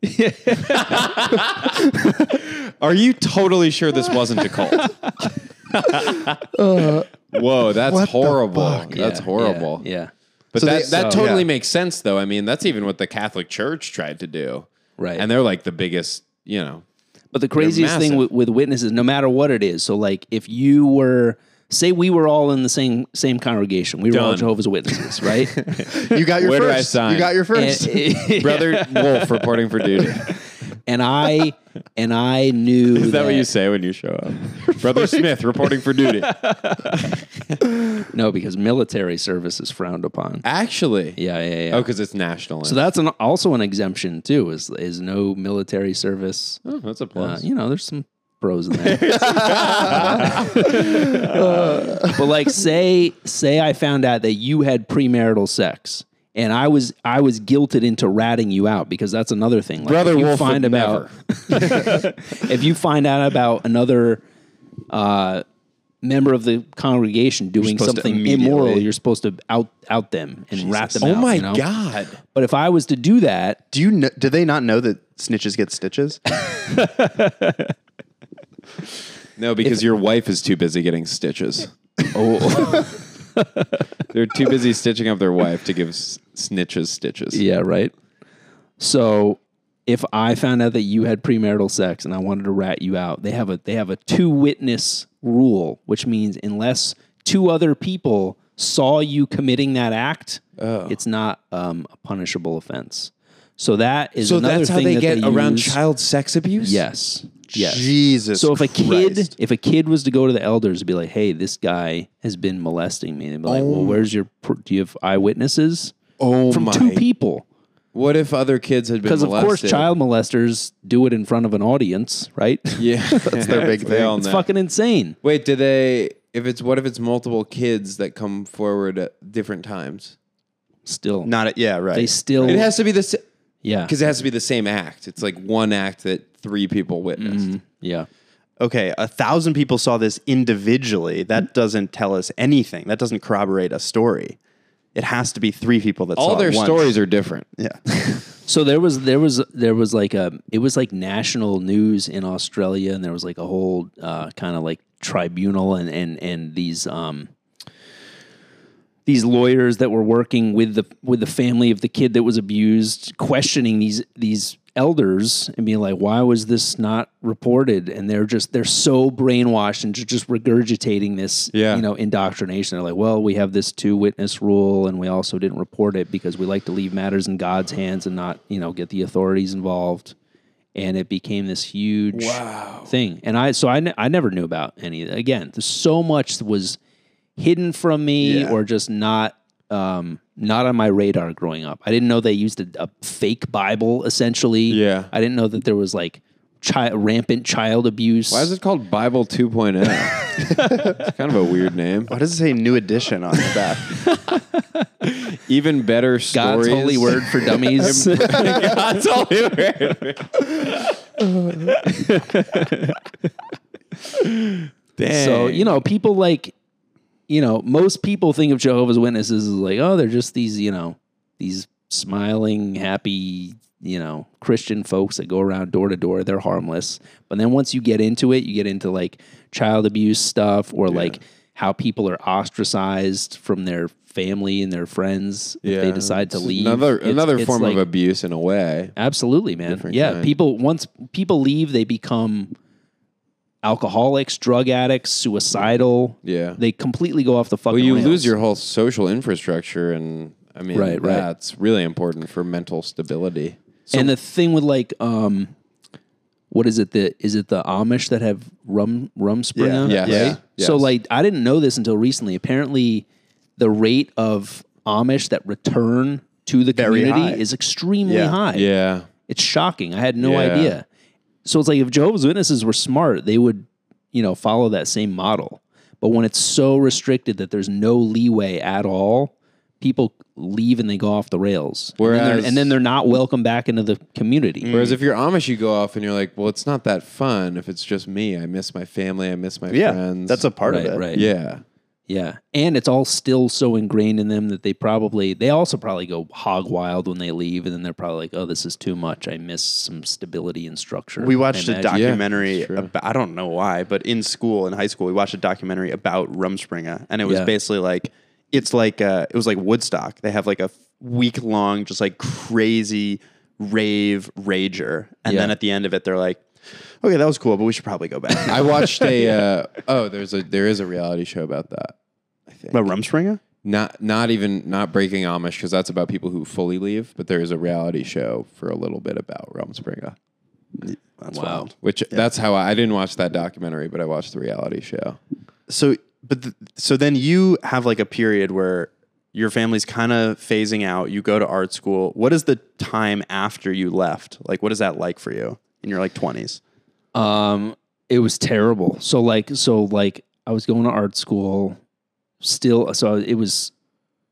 Speaker 3: Are you totally sure this wasn't a cult? Uh, Whoa, that's horrible.
Speaker 4: Yeah,
Speaker 3: That's horrible.
Speaker 4: Yeah. yeah.
Speaker 3: But
Speaker 2: So
Speaker 3: that,
Speaker 2: they-
Speaker 3: that
Speaker 2: so-
Speaker 3: totally
Speaker 2: yeah.
Speaker 3: makes sense, though. I mean, that's even what the Catholic Church tried to do.
Speaker 4: Right.
Speaker 3: And they're like the biggest, you know.
Speaker 4: But the craziest thing with,
Speaker 3: massive.
Speaker 4: with witnesses, no matter what it is, so like if you were, say, we were all in the same same congregation, we were all
Speaker 3: Done.
Speaker 4: Jehovah's Witnesses, right?
Speaker 2: You got your
Speaker 3: Where do I
Speaker 2: first.
Speaker 3: sign?
Speaker 2: You got your first.
Speaker 4: and,
Speaker 3: Brother Wolf reporting for duty.
Speaker 4: and I and I knew
Speaker 3: Is that what you say when you show up? Brother Smith reporting for duty.
Speaker 4: No, because military service is frowned upon.
Speaker 3: Actually.
Speaker 4: Yeah, yeah, yeah.
Speaker 3: Oh, because it's national.
Speaker 4: So that's an, also an exemption too. Is is no military service?
Speaker 3: oh, that's a
Speaker 4: Uh,
Speaker 3: plus.
Speaker 4: you know, there's some pros in there. Uh, but like, say say I found out that you had premarital sex, and I was I was guilted into ratting you out because that's another thing. Like,
Speaker 3: Brother
Speaker 4: if you
Speaker 3: Wolf
Speaker 4: find
Speaker 3: would
Speaker 4: about if you find out about another uh, member of the congregation doing
Speaker 2: supposed to
Speaker 4: something
Speaker 2: immediately-
Speaker 4: immoral, you're supposed to out out them and rat them
Speaker 3: oh
Speaker 4: out.
Speaker 3: my
Speaker 4: you know?
Speaker 3: God.
Speaker 4: But if I was to do that,
Speaker 2: Do you know, do they not know that snitches get stitches?
Speaker 3: No, because your wife is too busy getting stitches.
Speaker 4: oh
Speaker 3: They're too busy stitching up their wife to give s- snitches stitches.
Speaker 4: yeah, right. So if I found out that you had premarital sex and I wanted to rat you out, they have a they have a two witness rule, which means unless two other people saw you committing that act,
Speaker 3: Oh.
Speaker 4: it's not um, a punishable offense. So that is
Speaker 3: So
Speaker 4: another
Speaker 3: that's how
Speaker 4: thing
Speaker 3: they
Speaker 4: that
Speaker 3: get around
Speaker 4: use.
Speaker 3: child sex abuse?
Speaker 4: Yes. Yes.
Speaker 2: Jesus.
Speaker 4: So if a kid,
Speaker 2: Christ.
Speaker 4: if a kid was to go to the elders and be like, "Hey, this guy has been molesting me," they'd be like, "Well, where's your? pr- Do you have eyewitnesses
Speaker 3: Oh
Speaker 4: from
Speaker 3: my.
Speaker 4: two people?"
Speaker 3: What if other kids had been
Speaker 4: Because of course,
Speaker 3: molested?
Speaker 4: child molesters do it in front of an audience, right?
Speaker 3: Yeah. that's
Speaker 2: their big thing.
Speaker 4: it's fucking insane.
Speaker 3: Wait, do they if it's what if it's multiple kids that come forward at different times?
Speaker 4: Still,
Speaker 2: not a, yeah right.
Speaker 4: they still,
Speaker 3: It has to be the sa-
Speaker 4: yeah,
Speaker 3: cuz it has to be the same act. It's like one act that three people witnessed.
Speaker 4: Mm-hmm. yeah.
Speaker 2: okay, a thousand people saw this individually.
Speaker 4: Mm-hmm.
Speaker 2: That doesn't tell us anything. That doesn't corroborate a story. It has to be three people that saw
Speaker 3: All
Speaker 2: it
Speaker 3: their
Speaker 2: once.
Speaker 3: stories are different.
Speaker 2: Yeah,
Speaker 4: So there was there was there was like a it was like national news in Australia, and there was like a whole uh, kind of like tribunal and and and these um these lawyers that were working with the with the family of the kid that was abused, questioning these these elders and being like, why was this not reported? And they're just they're so brainwashed and ju- just regurgitating this
Speaker 3: Yeah.
Speaker 4: you know indoctrination. They're like, well, we have this two witness rule, and we also didn't report it because we like to leave matters in God's hands and not you know get the authorities involved. and it became this huge
Speaker 3: Wow.
Speaker 4: thing. And I so I, ne- I never knew about any again. There's so much that was hidden from me
Speaker 2: Yeah.
Speaker 4: or just not um, not on my radar growing up. I didn't know they used a, a fake Bible essentially.
Speaker 3: Yeah.
Speaker 4: I didn't know that there was like chi- rampant child abuse.
Speaker 3: Why is it called Bible 2.0? it's kind of a weird name.
Speaker 2: Why does it say new edition on the back?
Speaker 3: Even better
Speaker 4: God's
Speaker 3: stories.
Speaker 4: holy word for dummies?
Speaker 3: God's holy word.
Speaker 4: So, you know, people like, you know, most people think of Jehovah's Witnesses as like, oh, they're just these, you know, these smiling, happy, you know, Christian folks that go around door to door. They're harmless. But then once you get into it, you get into like child abuse stuff or like how people are ostracized from their family and their friends if they decide to
Speaker 3: it's
Speaker 4: leave.
Speaker 3: Another
Speaker 4: It's-
Speaker 3: another
Speaker 4: it's
Speaker 3: form
Speaker 4: like-
Speaker 3: of abuse in a way.
Speaker 4: Absolutely, man.
Speaker 3: Different
Speaker 4: Yeah,
Speaker 3: kind.
Speaker 4: people once people leave, they become alcoholics, drug addicts, suicidal.
Speaker 3: Yeah.
Speaker 4: They completely go off the fucking.
Speaker 3: Well, you
Speaker 4: rails.
Speaker 3: lose your whole social infrastructure, and I mean,
Speaker 4: Right, right.
Speaker 3: that's really important for mental stability.
Speaker 4: and the thing with like, um, what is it? The is it the Amish that have rum rum springer?
Speaker 3: Yes.
Speaker 2: Yeah.
Speaker 3: Yes.
Speaker 4: So like, I didn't know this until recently. Apparently, the rate of Amish that return to the
Speaker 2: Very high.
Speaker 4: community is extremely
Speaker 2: Yeah.
Speaker 4: high.
Speaker 3: yeah,
Speaker 4: It's shocking. I had no
Speaker 3: Yeah.
Speaker 4: idea. So it's like if Jehovah's Witnesses were smart, they would, you know, follow that same model. But when it's so restricted that there's no leeway at all, people leave and they go off the rails. and, then
Speaker 3: Whereas-
Speaker 4: they're, and then they're not welcome back into the community.
Speaker 2: Mm,
Speaker 3: Whereas if you're Amish, you go off and you're like, well, it's not that fun if it's just me. I miss my family. I miss my
Speaker 2: yeah,
Speaker 3: friends.
Speaker 2: that's a part
Speaker 4: Right,
Speaker 2: of it.
Speaker 4: right.
Speaker 3: yeah.
Speaker 4: Yeah. And it's all still so ingrained in them that they probably they also probably go hog wild when they leave and then they're probably like, "Oh, this is too much. I miss some stability and structure."
Speaker 2: We watched
Speaker 4: I
Speaker 2: a
Speaker 4: imagine.
Speaker 3: Yeah,
Speaker 2: documentary
Speaker 3: that's true.
Speaker 2: about, I don't know why, but in school, in high school, we watched a documentary about Rumspringa. And it was
Speaker 4: Yeah.
Speaker 2: basically like, it's like, uh, it was like Woodstock. They have like a week long, just like crazy rave rager. And
Speaker 4: Yeah.
Speaker 2: then at the end of it, they're like, okay, that was cool, but we should probably go back.
Speaker 3: I watched a uh, oh, there's a there is a reality show about that.
Speaker 2: But Rumspringa?
Speaker 3: Not not even not breaking Amish because that's about people who fully leave. But there is a reality show for a little bit about Rumspringa,
Speaker 2: That's
Speaker 4: Wow.
Speaker 2: wild.
Speaker 3: which that's how I, I didn't watch that documentary, but I watched the reality show.
Speaker 2: so but th- so then you have like a period where your family's kind of phasing out you go to art school what is the time after you left like what is that like for you in your like 20s
Speaker 4: Um, it was terrible. So like, so like, I was going to art school, still. So it was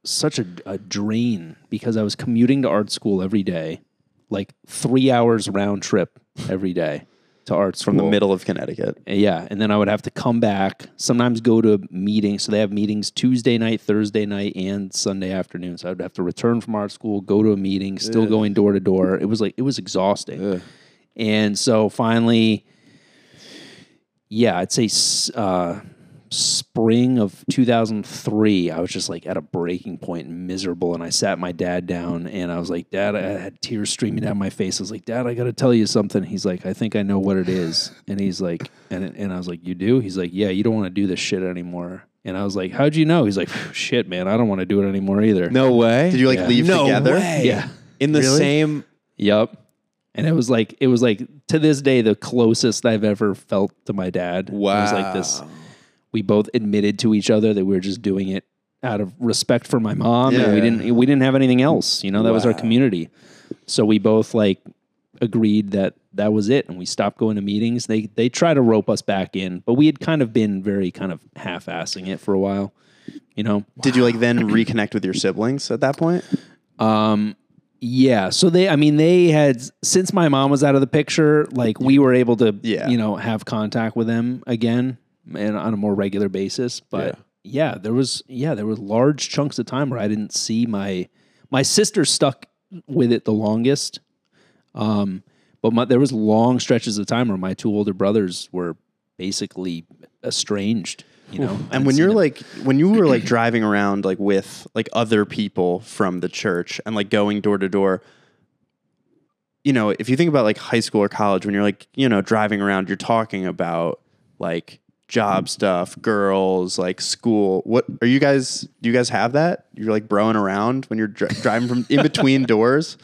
Speaker 4: such a, a drain because I was commuting to art school every day, like three hours round trip every day to art school
Speaker 2: from the middle of connecticut
Speaker 4: yeah, and then I would have to come back. Sometimes go to meetings. So they have meetings Tuesday night, Thursday night, and Sunday afternoon. So I would have to return from art school, go to a meeting, still going door to door. It was like it was exhausting. And so finally, yeah, I'd say s- uh, spring of 2003, I was just like at a breaking point and miserable. And I sat my dad down and I was like, Dad, I had tears streaming down my face. I was like, Dad, I got to tell you something. He's like, I think I know what it is. And he's like, and, and I was like, You do? He's like, Yeah, you don't want to do this shit anymore. And I was like, How'd you know? He's like, Shit, man, I don't want to do it anymore either.
Speaker 3: No way.
Speaker 2: did you like leave together
Speaker 4: Yeah.
Speaker 3: In the
Speaker 2: Really?
Speaker 3: same.
Speaker 4: Yep. And it was like it was like to this day the closest I've ever felt to my dad. It was like this.
Speaker 3: Wow.
Speaker 4: We both admitted to each other that we were just doing it out of respect for my mom. And we
Speaker 2: Yeah.
Speaker 4: didn't we didn't have anything else. You know, that was our community. So we both like agreed that that was it and we stopped going to meetings. They they try to rope us back in, but we had kind of been very kind of half-assing it for a while. You know,
Speaker 2: did you like then reconnect with your siblings at that point
Speaker 4: Yeah. So they, I mean, they had, since my mom was out of the picture, like we were able to,
Speaker 2: Yeah.
Speaker 4: you know, have contact with them again and on a more regular basis. But yeah. there was, yeah, there was large chunks of time where I didn't see my, my sister stuck with it the longest. Um, but my, there was long stretches of time where my two older brothers were basically estranged, you know? I
Speaker 2: and
Speaker 4: hadn't
Speaker 2: when
Speaker 4: seen
Speaker 2: you're
Speaker 4: them.
Speaker 2: like when you were like driving around like with like other people from the church and like going door to door you know if you think about like high school or college when you're like you know driving around you're talking about like
Speaker 4: Mm-hmm.
Speaker 2: job stuff girls like school what are you guys do you guys have that you're like broing around when you're dri- driving from in between doors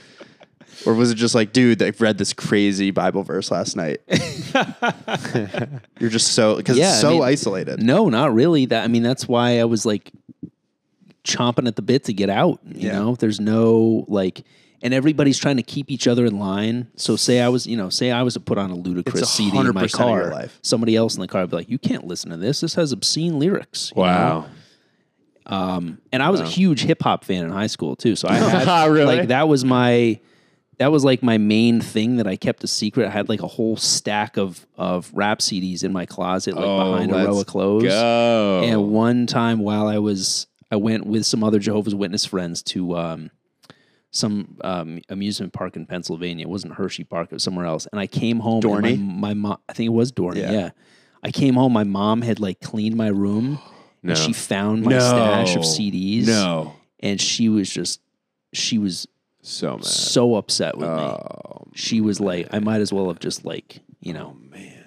Speaker 2: Or was it just like, dude, I read this crazy Bible verse last night? You're just so because
Speaker 4: Yeah, I
Speaker 2: it's so
Speaker 4: mean-
Speaker 2: isolated.
Speaker 4: No, not really. That I mean, that's why I was like chomping at the bit to get out. You
Speaker 2: Yeah.
Speaker 4: know, there's no like, and everybody's trying to keep each other in line. So say I was, you know, say I was to put on a ludicrous
Speaker 2: It's
Speaker 4: CD in
Speaker 2: 100%
Speaker 4: my
Speaker 2: of your
Speaker 4: car.
Speaker 2: life.
Speaker 4: Somebody else in the car would be like, "You can't listen to this. This has obscene lyrics." you know?
Speaker 3: Wow.
Speaker 4: And I was a huge hip hop fan in high school too. So I had
Speaker 3: Really?
Speaker 4: like that was my that was like my main thing that I kept a secret. I had like a whole stack of of rap CDs in my closet, like behind a row of
Speaker 3: let's
Speaker 4: clothes.
Speaker 3: Go.
Speaker 4: And one time while I was, I went with some other Jehovah's Witness friends to um, some um, amusement park in Pennsylvania. It wasn't Hershey Park, it was somewhere else. And I came home. and
Speaker 2: Dorney?
Speaker 4: My, my mom, I think it was Dorney.
Speaker 2: Yeah.
Speaker 4: Yeah. I came home. My mom had like cleaned my room
Speaker 3: No.
Speaker 4: and she found my
Speaker 3: No.
Speaker 4: stash of CDs.
Speaker 3: No.
Speaker 4: And she was just, she was
Speaker 3: So mad.
Speaker 4: so upset with me. She was like, I might as well have just like, you know,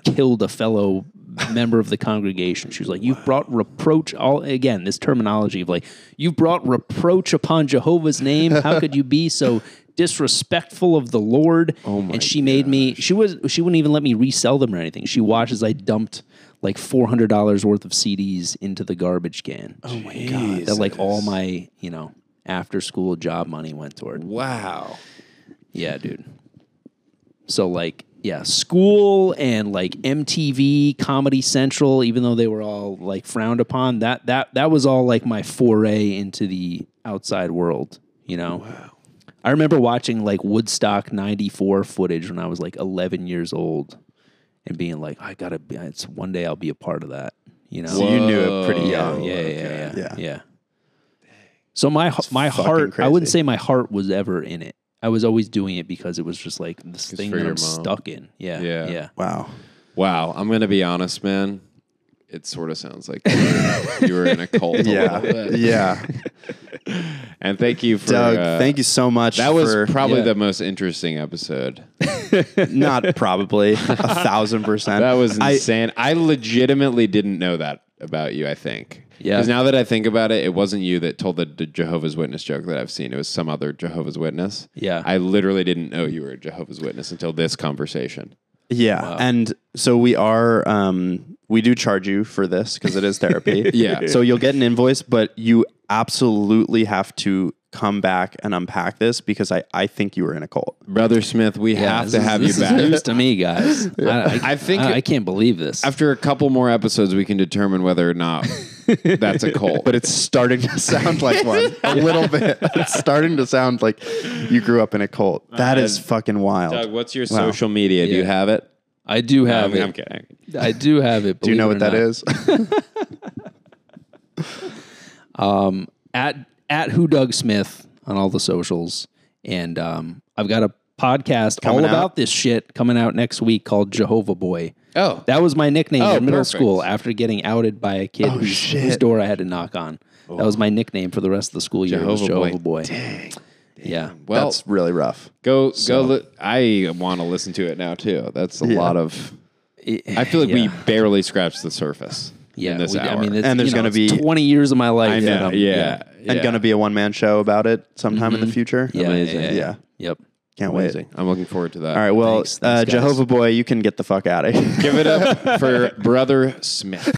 Speaker 4: killed a fellow member of the congregation. She was like, You've brought reproach all again, this terminology of like, you've brought reproach upon Jehovah's name. How could you be so disrespectful of the Lord? Oh my and she made me she was she wouldn't even let me resell them or anything. She watched as I dumped like four hundred dollars worth of CDs into the garbage can. Oh my god. That like all my, you know, after school job money went toward.
Speaker 3: Wow.
Speaker 4: Yeah, dude. So like, yeah, school and like MTV, Comedy Central, even though they were all like frowned upon, that that that was all like my foray into the outside world, you know. Wow. I remember watching like Woodstock 94 footage when I was like 11 years old and being like, I got to be it's one day I'll be a part of that, you know.
Speaker 2: So you knew it pretty
Speaker 4: Yeah,
Speaker 2: young.
Speaker 4: yeah, yeah, yeah,
Speaker 3: okay.
Speaker 4: Oh, yeah,
Speaker 2: Oh, Yeah.
Speaker 4: So my h- my
Speaker 2: fucking
Speaker 4: heart, I wouldn't
Speaker 2: crazy.
Speaker 4: say my heart was ever in it. I was always doing it because it was just like this thing
Speaker 3: for
Speaker 4: that I'm
Speaker 3: your mom.
Speaker 4: stuck in. Yeah,
Speaker 3: Yeah.
Speaker 4: yeah.
Speaker 2: Wow.
Speaker 3: Wow. I'm gonna be honest, man. It sort of sounds like you were- you were in a cult. A
Speaker 2: Yeah.
Speaker 3: little bit.
Speaker 2: Yeah.
Speaker 3: And thank you for
Speaker 2: Doug,
Speaker 3: uh,
Speaker 2: thank you so much.
Speaker 3: That was
Speaker 2: for-
Speaker 3: probably
Speaker 4: yeah.
Speaker 3: the most interesting episode.
Speaker 2: not probably a thousand percent.
Speaker 3: That was
Speaker 2: I-
Speaker 3: insane. I, legitimately didn't know that about you, I think.
Speaker 4: Yeah.
Speaker 3: Because now that I think about it, it wasn't you that told the the Jehovah's Witness joke that I've seen. It was some other Jehovah's Witness.
Speaker 4: Yeah.
Speaker 3: I literally didn't know you were a Jehovah's Witness until this conversation.
Speaker 2: Yeah, and so we are. Um, we do charge you for this because it is therapy.
Speaker 3: Yeah.
Speaker 2: So you'll get an invoice, but you absolutely have to come back and unpack this because I I think you were in a cult.
Speaker 3: Brother Smith, we
Speaker 4: Yeah,
Speaker 3: have
Speaker 4: this
Speaker 3: to
Speaker 4: is-
Speaker 3: have
Speaker 4: this
Speaker 3: you
Speaker 4: is
Speaker 3: back.
Speaker 4: news to me, guys. I, I,
Speaker 3: I think-
Speaker 4: I, I can't believe this.
Speaker 3: After a couple more episodes, we can determine whether or not that's a cult.
Speaker 2: But it's starting to sound like one a little bit. It's starting to sound like you grew up in a cult. That is fucking wild.
Speaker 3: Doug, what's your
Speaker 2: Wow.
Speaker 3: social media? Do you
Speaker 4: Yeah.
Speaker 3: have it?
Speaker 4: I do have
Speaker 3: I mean,
Speaker 4: it.
Speaker 3: I'm kidding.
Speaker 4: I do have it.
Speaker 2: Do you know what that is?
Speaker 4: at at who Doug Smith on all the socials, and um, I've got a podcast all
Speaker 2: Coming out?
Speaker 4: about this shit coming out next week called Jehovah Boy.
Speaker 3: Oh.
Speaker 4: that was my nickname
Speaker 3: Oh,
Speaker 4: in middle
Speaker 3: perfect. Oh,
Speaker 4: school after getting outed by a kid whose,
Speaker 2: shit.
Speaker 4: whose door I had to knock on. That was my nickname for the rest of the school year. was
Speaker 3: Jehovah Boy.
Speaker 4: Jehovah Boy. Yeah.
Speaker 3: Well,
Speaker 2: That's really rough.
Speaker 3: go go. Li- I want to listen to it now too. That's a lot of. I feel like we
Speaker 4: yeah.
Speaker 3: barely scratched the surface.
Speaker 4: Yeah,
Speaker 3: in this
Speaker 4: we-
Speaker 3: hour.
Speaker 4: I mean, it's,
Speaker 2: And there's
Speaker 4: you know,
Speaker 2: gonna
Speaker 4: it's
Speaker 2: be-
Speaker 4: 20 years of my life.
Speaker 3: I
Speaker 4: that
Speaker 3: know.
Speaker 4: I'm-
Speaker 3: Yeah,
Speaker 2: And gonna be a one man show about it sometime in the future.
Speaker 4: yeah,
Speaker 3: Amazing.
Speaker 4: yeah, yeah,
Speaker 2: Yeah.
Speaker 4: Yep.
Speaker 2: Can't
Speaker 3: amazing.
Speaker 2: wait.
Speaker 3: I'm looking forward to that.
Speaker 2: All right. Well,
Speaker 4: Thanks. Thanks,
Speaker 2: uh,
Speaker 4: guys.
Speaker 2: Jehovah Boy, you can get the fuck out of here.
Speaker 3: give it up for brother Smith.